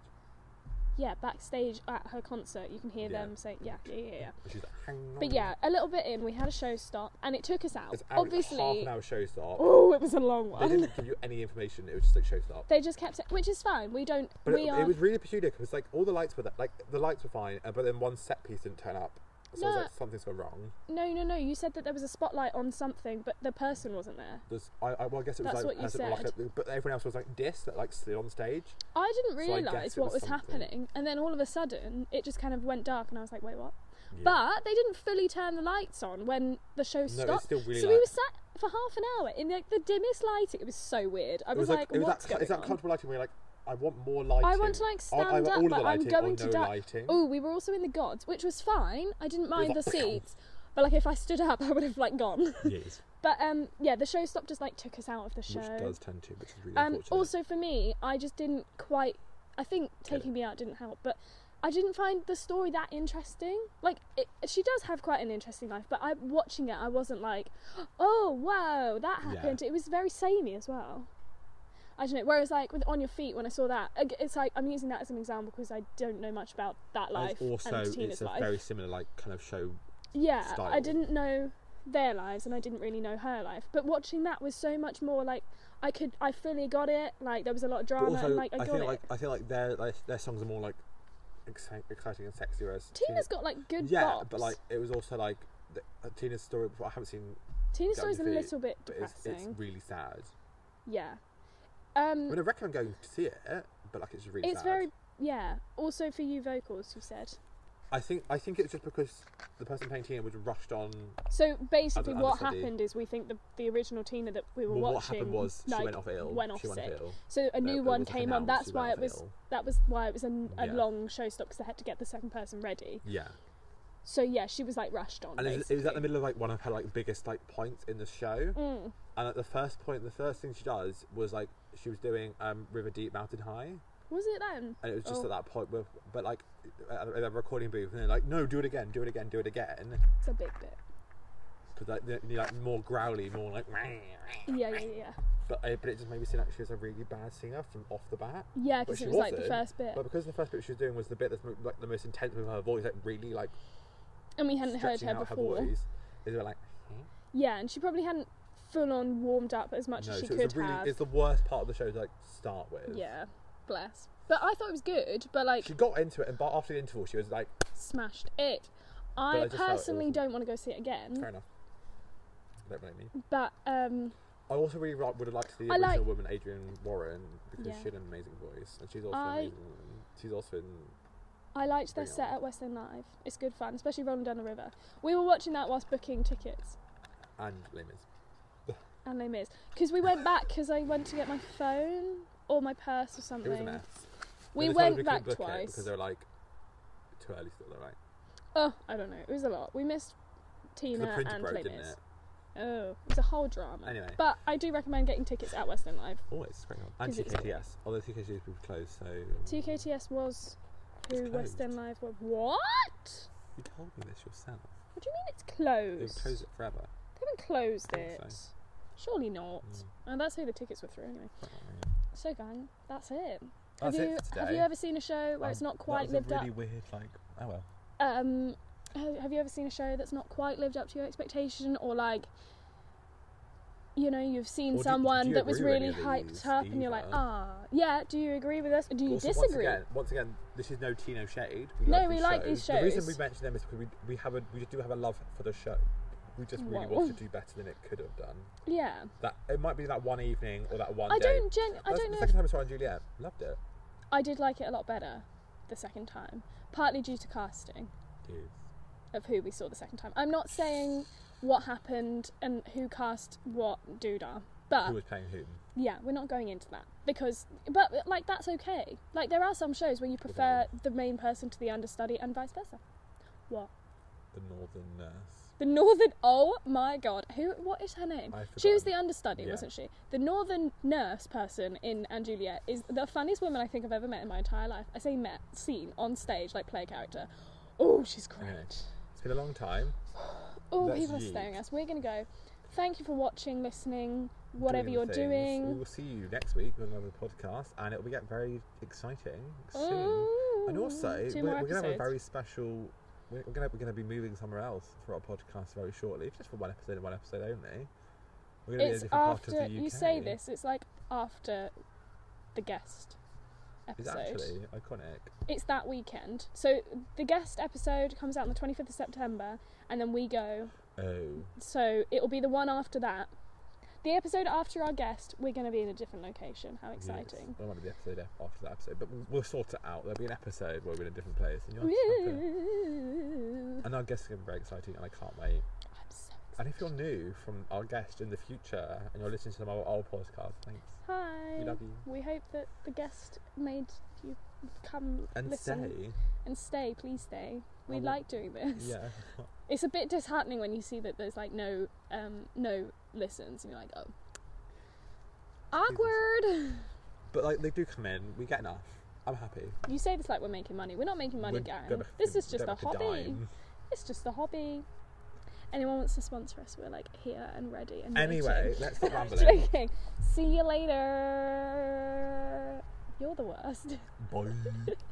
[SPEAKER 1] yeah, backstage at her concert. You can hear
[SPEAKER 2] Yeah.
[SPEAKER 1] them saying, yeah, yeah, yeah, yeah.
[SPEAKER 2] And she's like, hang on.
[SPEAKER 1] But yeah, a little bit in, we had a show stop, and it took us out.
[SPEAKER 2] it's out
[SPEAKER 1] Obviously.
[SPEAKER 2] half an hour show start.
[SPEAKER 1] Oh, it was a long
[SPEAKER 2] They
[SPEAKER 1] one.
[SPEAKER 2] didn't give you any information. It was just like show start.
[SPEAKER 1] They just kept it, which is fine. We don't.
[SPEAKER 2] But
[SPEAKER 1] we
[SPEAKER 2] it,
[SPEAKER 1] are.
[SPEAKER 2] it was really peculiar because like all the lights were that like the lights were fine, uh, but then one set piece didn't turn up. So I was
[SPEAKER 1] No.
[SPEAKER 2] like, something's gone wrong.
[SPEAKER 1] No, no, no. You said that there was a spotlight on something, but the person wasn't there.
[SPEAKER 2] There's, I, I, well, I guess it was
[SPEAKER 1] That's
[SPEAKER 2] like,
[SPEAKER 1] what you
[SPEAKER 2] uh, sort of like
[SPEAKER 1] said.
[SPEAKER 2] a- but everyone else was like dis that like stood on stage.
[SPEAKER 1] I didn't
[SPEAKER 2] So I guess
[SPEAKER 1] realise
[SPEAKER 2] it
[SPEAKER 1] what
[SPEAKER 2] was
[SPEAKER 1] was,
[SPEAKER 2] something.
[SPEAKER 1] happening, and then all of a sudden, it just kind of went dark, and I was like, "Wait, what?"
[SPEAKER 2] Yeah.
[SPEAKER 1] But they didn't fully turn the lights on when the show
[SPEAKER 2] it's
[SPEAKER 1] stopped.
[SPEAKER 2] still really
[SPEAKER 1] so we
[SPEAKER 2] light.
[SPEAKER 1] were sat for half an hour in like the dimmest lighting. It was so weird. I
[SPEAKER 2] it
[SPEAKER 1] was, like,
[SPEAKER 2] it was
[SPEAKER 1] "What's
[SPEAKER 2] that,
[SPEAKER 1] going
[SPEAKER 2] it's that
[SPEAKER 1] on?"
[SPEAKER 2] comfortable lighting where you're like, I want more lighting.
[SPEAKER 1] I want to like
[SPEAKER 2] I- I
[SPEAKER 1] stand
[SPEAKER 2] want all
[SPEAKER 1] up,
[SPEAKER 2] of the
[SPEAKER 1] but I'm
[SPEAKER 2] lighting or
[SPEAKER 1] going to
[SPEAKER 2] no
[SPEAKER 1] die.
[SPEAKER 2] lighting.
[SPEAKER 1] Oh, we were also in the gods, which was fine. I didn't mind the
[SPEAKER 2] was like- oh.
[SPEAKER 1] seats, but like if I stood up, [laughs] I would have like gone.
[SPEAKER 2] Yes,
[SPEAKER 1] But um, yeah, the show stop just like took us out of the show.
[SPEAKER 2] which does tend to, which is really
[SPEAKER 1] um,
[SPEAKER 2] unfortunate.
[SPEAKER 1] also for me, I just didn't quite. I think taking me out didn't help, but I didn't find the story that interesting. Like it, she does have quite an interesting life, but I watching it, I wasn't like, oh wow, that
[SPEAKER 2] Yeah.
[SPEAKER 1] happened. It was very samey as well. I don't know. Whereas like with on your feet, when I saw that, ag- it's like I'm using that as an example because I don't know much about that
[SPEAKER 2] And
[SPEAKER 1] life
[SPEAKER 2] it's also
[SPEAKER 1] and Tina's
[SPEAKER 2] it's a
[SPEAKER 1] life. Oh,
[SPEAKER 2] very similar like kind of show.
[SPEAKER 1] Yeah, I
[SPEAKER 2] style.
[SPEAKER 1] didn't know their lives and I didn't really know her life. But watching that was so much more like I could I fully got it. Like there was a lot of
[SPEAKER 2] But
[SPEAKER 1] drama
[SPEAKER 2] also,
[SPEAKER 1] and like I,
[SPEAKER 2] I,
[SPEAKER 1] got
[SPEAKER 2] feel
[SPEAKER 1] it.
[SPEAKER 2] like I feel like their like, their songs are more like exci- exciting and sexy, whereas
[SPEAKER 1] Tina's got like good
[SPEAKER 2] yeah,
[SPEAKER 1] bops.
[SPEAKER 2] but like it was also like the, uh, Tina's story. Before, I haven't seen,
[SPEAKER 1] Tina's
[SPEAKER 2] Down
[SPEAKER 1] story's a
[SPEAKER 2] Feet,
[SPEAKER 1] little bit
[SPEAKER 2] but it's,
[SPEAKER 1] depressing.
[SPEAKER 2] it's really sad.
[SPEAKER 1] yeah.
[SPEAKER 2] I
[SPEAKER 1] Um
[SPEAKER 2] mean, I recommend going to see it, but like it's really
[SPEAKER 1] it's
[SPEAKER 2] sad.
[SPEAKER 1] very yeah. Also for you vocals you said.
[SPEAKER 2] I think I think it's just because the person playing Tina was rushed on.
[SPEAKER 1] So basically
[SPEAKER 2] Other-
[SPEAKER 1] what
[SPEAKER 2] other study.
[SPEAKER 1] happened is we think the the original Tina that we were
[SPEAKER 2] well, what
[SPEAKER 1] watching
[SPEAKER 2] happened was
[SPEAKER 1] like,
[SPEAKER 2] she went off ill.
[SPEAKER 1] went off
[SPEAKER 2] she went
[SPEAKER 1] sick.
[SPEAKER 2] off ill.
[SPEAKER 1] So a
[SPEAKER 2] No,
[SPEAKER 1] new
[SPEAKER 2] it
[SPEAKER 1] one
[SPEAKER 2] was like
[SPEAKER 1] came on.
[SPEAKER 2] announced
[SPEAKER 1] That's
[SPEAKER 2] she
[SPEAKER 1] why
[SPEAKER 2] went
[SPEAKER 1] it
[SPEAKER 2] off
[SPEAKER 1] was
[SPEAKER 2] ill.
[SPEAKER 1] that was why it was an, a
[SPEAKER 2] Yeah.
[SPEAKER 1] long show stop because they had to get the second person ready.
[SPEAKER 2] Yeah,
[SPEAKER 1] So yeah, she was like rushed on.
[SPEAKER 2] and it was, it was at the
[SPEAKER 1] basically.
[SPEAKER 2] middle of like one of her like biggest like points in the show.
[SPEAKER 1] Mm.
[SPEAKER 2] And at the first point, the first thing she does was like she was doing um, River Deep Mountain High,
[SPEAKER 1] Was it then?
[SPEAKER 2] and it was just
[SPEAKER 1] Oh.
[SPEAKER 2] at that point where, but like at at the recording booth, and they're like, no, do it again, do it again, do it again,
[SPEAKER 1] It's a big bit.
[SPEAKER 2] because like they're, they're, like more growly, more like. [laughs]
[SPEAKER 1] Yeah, yeah, yeah.
[SPEAKER 2] But, uh, but it just made me seem like she was a really bad singer from off the bat.
[SPEAKER 1] Yeah,
[SPEAKER 2] But
[SPEAKER 1] because
[SPEAKER 2] she
[SPEAKER 1] it was like the
[SPEAKER 2] wasn't,
[SPEAKER 1] first bit,
[SPEAKER 2] But because the first bit she was doing was the bit that's mo- like the most intense with her voice, like really like
[SPEAKER 1] and we hadn't heard
[SPEAKER 2] stretching
[SPEAKER 1] her
[SPEAKER 2] out
[SPEAKER 1] before.
[SPEAKER 2] her voice, they were like, "Hmm?"
[SPEAKER 1] yeah, and she probably hadn't full on warmed up as much
[SPEAKER 2] no.
[SPEAKER 1] as she
[SPEAKER 2] so
[SPEAKER 1] could
[SPEAKER 2] it's, a really,
[SPEAKER 1] have.
[SPEAKER 2] it's the worst part of the show to like start with.
[SPEAKER 1] Yeah, bless. But I thought it was good. But like,
[SPEAKER 2] She got into it, and but after the interval, she was like,
[SPEAKER 1] smashed it.
[SPEAKER 2] I
[SPEAKER 1] I,
[SPEAKER 2] just felt it
[SPEAKER 1] personally
[SPEAKER 2] wasn't-
[SPEAKER 1] don't want to go see it again.
[SPEAKER 2] fair enough. Don't blame me.
[SPEAKER 1] But um,
[SPEAKER 2] I also really like, would have liked to see the
[SPEAKER 1] I
[SPEAKER 2] original
[SPEAKER 1] like-
[SPEAKER 2] woman, Adrian Warren, because
[SPEAKER 1] Yeah.
[SPEAKER 2] she had an amazing voice, and she's also
[SPEAKER 1] I-
[SPEAKER 2] amazing. woman. She's also in.
[SPEAKER 1] I liked their
[SPEAKER 2] Bring it
[SPEAKER 1] set
[SPEAKER 2] on.
[SPEAKER 1] at West End Live. It's good fun, especially rolling down the river. We were watching that whilst booking tickets.
[SPEAKER 2] and Limits.
[SPEAKER 1] And they missed because we went back because I went to get my phone or my purse or
[SPEAKER 2] It
[SPEAKER 1] something.
[SPEAKER 2] was a mess.
[SPEAKER 1] We
[SPEAKER 2] And they told
[SPEAKER 1] went
[SPEAKER 2] her
[SPEAKER 1] back
[SPEAKER 2] couldn't book it
[SPEAKER 1] twice.
[SPEAKER 2] because they were like too early still. They're like
[SPEAKER 1] Oh, I don't know. It was a lot. We missed
[SPEAKER 2] 'cause
[SPEAKER 1] Tina
[SPEAKER 2] the printer
[SPEAKER 1] and
[SPEAKER 2] broke,
[SPEAKER 1] Les
[SPEAKER 2] didn't
[SPEAKER 1] Mis.
[SPEAKER 2] it?
[SPEAKER 1] Oh, it's a whole drama.
[SPEAKER 2] Anyway.
[SPEAKER 1] But I do recommend getting tickets at West End Live.
[SPEAKER 2] Oh, it's great. And
[SPEAKER 1] Because it's-
[SPEAKER 2] TKTS, although TKTS will be closed, so
[SPEAKER 1] TKTS was
[SPEAKER 2] It's
[SPEAKER 1] who West
[SPEAKER 2] closed.
[SPEAKER 1] End Live were. What? What
[SPEAKER 2] you told me this yourself.
[SPEAKER 1] do you mean it's
[SPEAKER 2] They've
[SPEAKER 1] closed?
[SPEAKER 2] closed it forever.
[SPEAKER 1] They haven't closed
[SPEAKER 2] I think
[SPEAKER 1] it. Surely not.
[SPEAKER 2] Mm.
[SPEAKER 1] And that's who the tickets were through anyway. So, gang, that's it.
[SPEAKER 2] That's
[SPEAKER 1] have
[SPEAKER 2] it
[SPEAKER 1] you
[SPEAKER 2] for
[SPEAKER 1] have
[SPEAKER 2] today.
[SPEAKER 1] you ever seen a show where
[SPEAKER 2] Um,
[SPEAKER 1] it's not quite
[SPEAKER 2] that was
[SPEAKER 1] lived
[SPEAKER 2] a
[SPEAKER 1] up?
[SPEAKER 2] really weird, like, oh well.
[SPEAKER 1] um have, have you ever seen a show that's not quite lived up to your expectation or like you know you've
[SPEAKER 2] Or
[SPEAKER 1] seen
[SPEAKER 2] do- do
[SPEAKER 1] someone
[SPEAKER 2] you
[SPEAKER 1] that was
[SPEAKER 2] agree with
[SPEAKER 1] really
[SPEAKER 2] any of
[SPEAKER 1] hyped
[SPEAKER 2] these
[SPEAKER 1] up and you're like
[SPEAKER 2] either?
[SPEAKER 1] ah yeah do you agree with us or do you
[SPEAKER 2] Also,
[SPEAKER 1] disagree
[SPEAKER 2] Once again, once again, this is no Tino shade.
[SPEAKER 1] No, we like these
[SPEAKER 2] The reason
[SPEAKER 1] shows.
[SPEAKER 2] we mention them is because we, we have a we do have a love for the show. We just really
[SPEAKER 1] Wow.
[SPEAKER 2] want to do better than it could have done.
[SPEAKER 1] yeah
[SPEAKER 2] That it might be that one evening or that one
[SPEAKER 1] i
[SPEAKER 2] day.
[SPEAKER 1] don't gen- i
[SPEAKER 2] That's
[SPEAKER 1] don't
[SPEAKER 2] the
[SPEAKER 1] know if-
[SPEAKER 2] second time I saw it on Juliet, loved it.
[SPEAKER 1] i did like it a lot better the second time partly due to casting of who we saw the second time i'm not saying what happened and who cast what doodah But
[SPEAKER 2] Who was playing whom?
[SPEAKER 1] yeah, we're not going into that because, but like that's okay. Like there are some shows where you prefer the main person to the understudy and vice versa. What
[SPEAKER 2] The Northern Nurse.
[SPEAKER 1] the northern? Oh my god, who? What is her name?
[SPEAKER 2] I
[SPEAKER 1] She was the
[SPEAKER 2] forgot.
[SPEAKER 1] understudy,
[SPEAKER 2] Yeah.
[SPEAKER 1] wasn't she? The northern nurse person in Anne Juliet is the funniest woman I think I've ever met in my entire life. I say met, seen on stage, like play a character. Oh, she's great.
[SPEAKER 2] Okay. It's been a long time.
[SPEAKER 1] Oh,
[SPEAKER 2] That's
[SPEAKER 1] people are
[SPEAKER 2] you.
[SPEAKER 1] staring at us. We're gonna go. Thank you for watching, listening, whatever
[SPEAKER 2] doing
[SPEAKER 1] you're
[SPEAKER 2] things. We
[SPEAKER 1] doing.
[SPEAKER 2] will see you next week with another podcast, and it will get very exciting soon.
[SPEAKER 1] Oh,
[SPEAKER 2] And
[SPEAKER 1] Ooh,
[SPEAKER 2] also,
[SPEAKER 1] Mm, two
[SPEAKER 2] we're,
[SPEAKER 1] more
[SPEAKER 2] we're gonna have a
[SPEAKER 1] episodes.
[SPEAKER 2] very special. We're we're gonna we're gonna be moving somewhere else for our podcast very shortly, just for one episode and one episode only. We're gonna
[SPEAKER 1] it's
[SPEAKER 2] be in a different
[SPEAKER 1] after
[SPEAKER 2] part of the UK.
[SPEAKER 1] you say this it's like after the guest
[SPEAKER 2] It's
[SPEAKER 1] episode
[SPEAKER 2] actually iconic.
[SPEAKER 1] It's that weekend so the guest episode comes out on the 25th of september and then we go
[SPEAKER 2] Oh,
[SPEAKER 1] so it'll be the one after that the episode after our guest we're going to be in a different location how
[SPEAKER 2] yes.
[SPEAKER 1] exciting
[SPEAKER 2] Well, one of the episode af- after that episode, but we'll, we'll sort it out. There'll be an episode where we're in a different place, and you'll have to snap it.
[SPEAKER 1] Woo.
[SPEAKER 2] And our guests are gonna be very exciting, and I can't wait.
[SPEAKER 1] I'm so
[SPEAKER 2] And if you're new from our guest in the future, and you're listening to our old podcast, thanks.
[SPEAKER 1] hi
[SPEAKER 2] We love you.
[SPEAKER 1] we hope that the guest made you come
[SPEAKER 2] And
[SPEAKER 1] listen
[SPEAKER 2] stay.
[SPEAKER 1] and stay please stay we
[SPEAKER 2] And-
[SPEAKER 1] like doing this
[SPEAKER 2] Yeah.
[SPEAKER 1] it's a bit disheartening when you see that there's like no um no listens and you're like oh awkward
[SPEAKER 2] But like they do come in, we get enough. I'm happy.
[SPEAKER 1] you say this like we're making money we're not making money
[SPEAKER 2] We're
[SPEAKER 1] gang
[SPEAKER 2] gonna
[SPEAKER 1] this
[SPEAKER 2] fucking-
[SPEAKER 1] is just a
[SPEAKER 2] don't make
[SPEAKER 1] hobby
[SPEAKER 2] dime.
[SPEAKER 1] it's just a hobby anyone wants to sponsor us we're like here and ready and
[SPEAKER 2] Anyway,
[SPEAKER 1] waiting. [laughs]
[SPEAKER 2] let's stop rambling.
[SPEAKER 1] joking see you later you're the worst
[SPEAKER 2] Bye.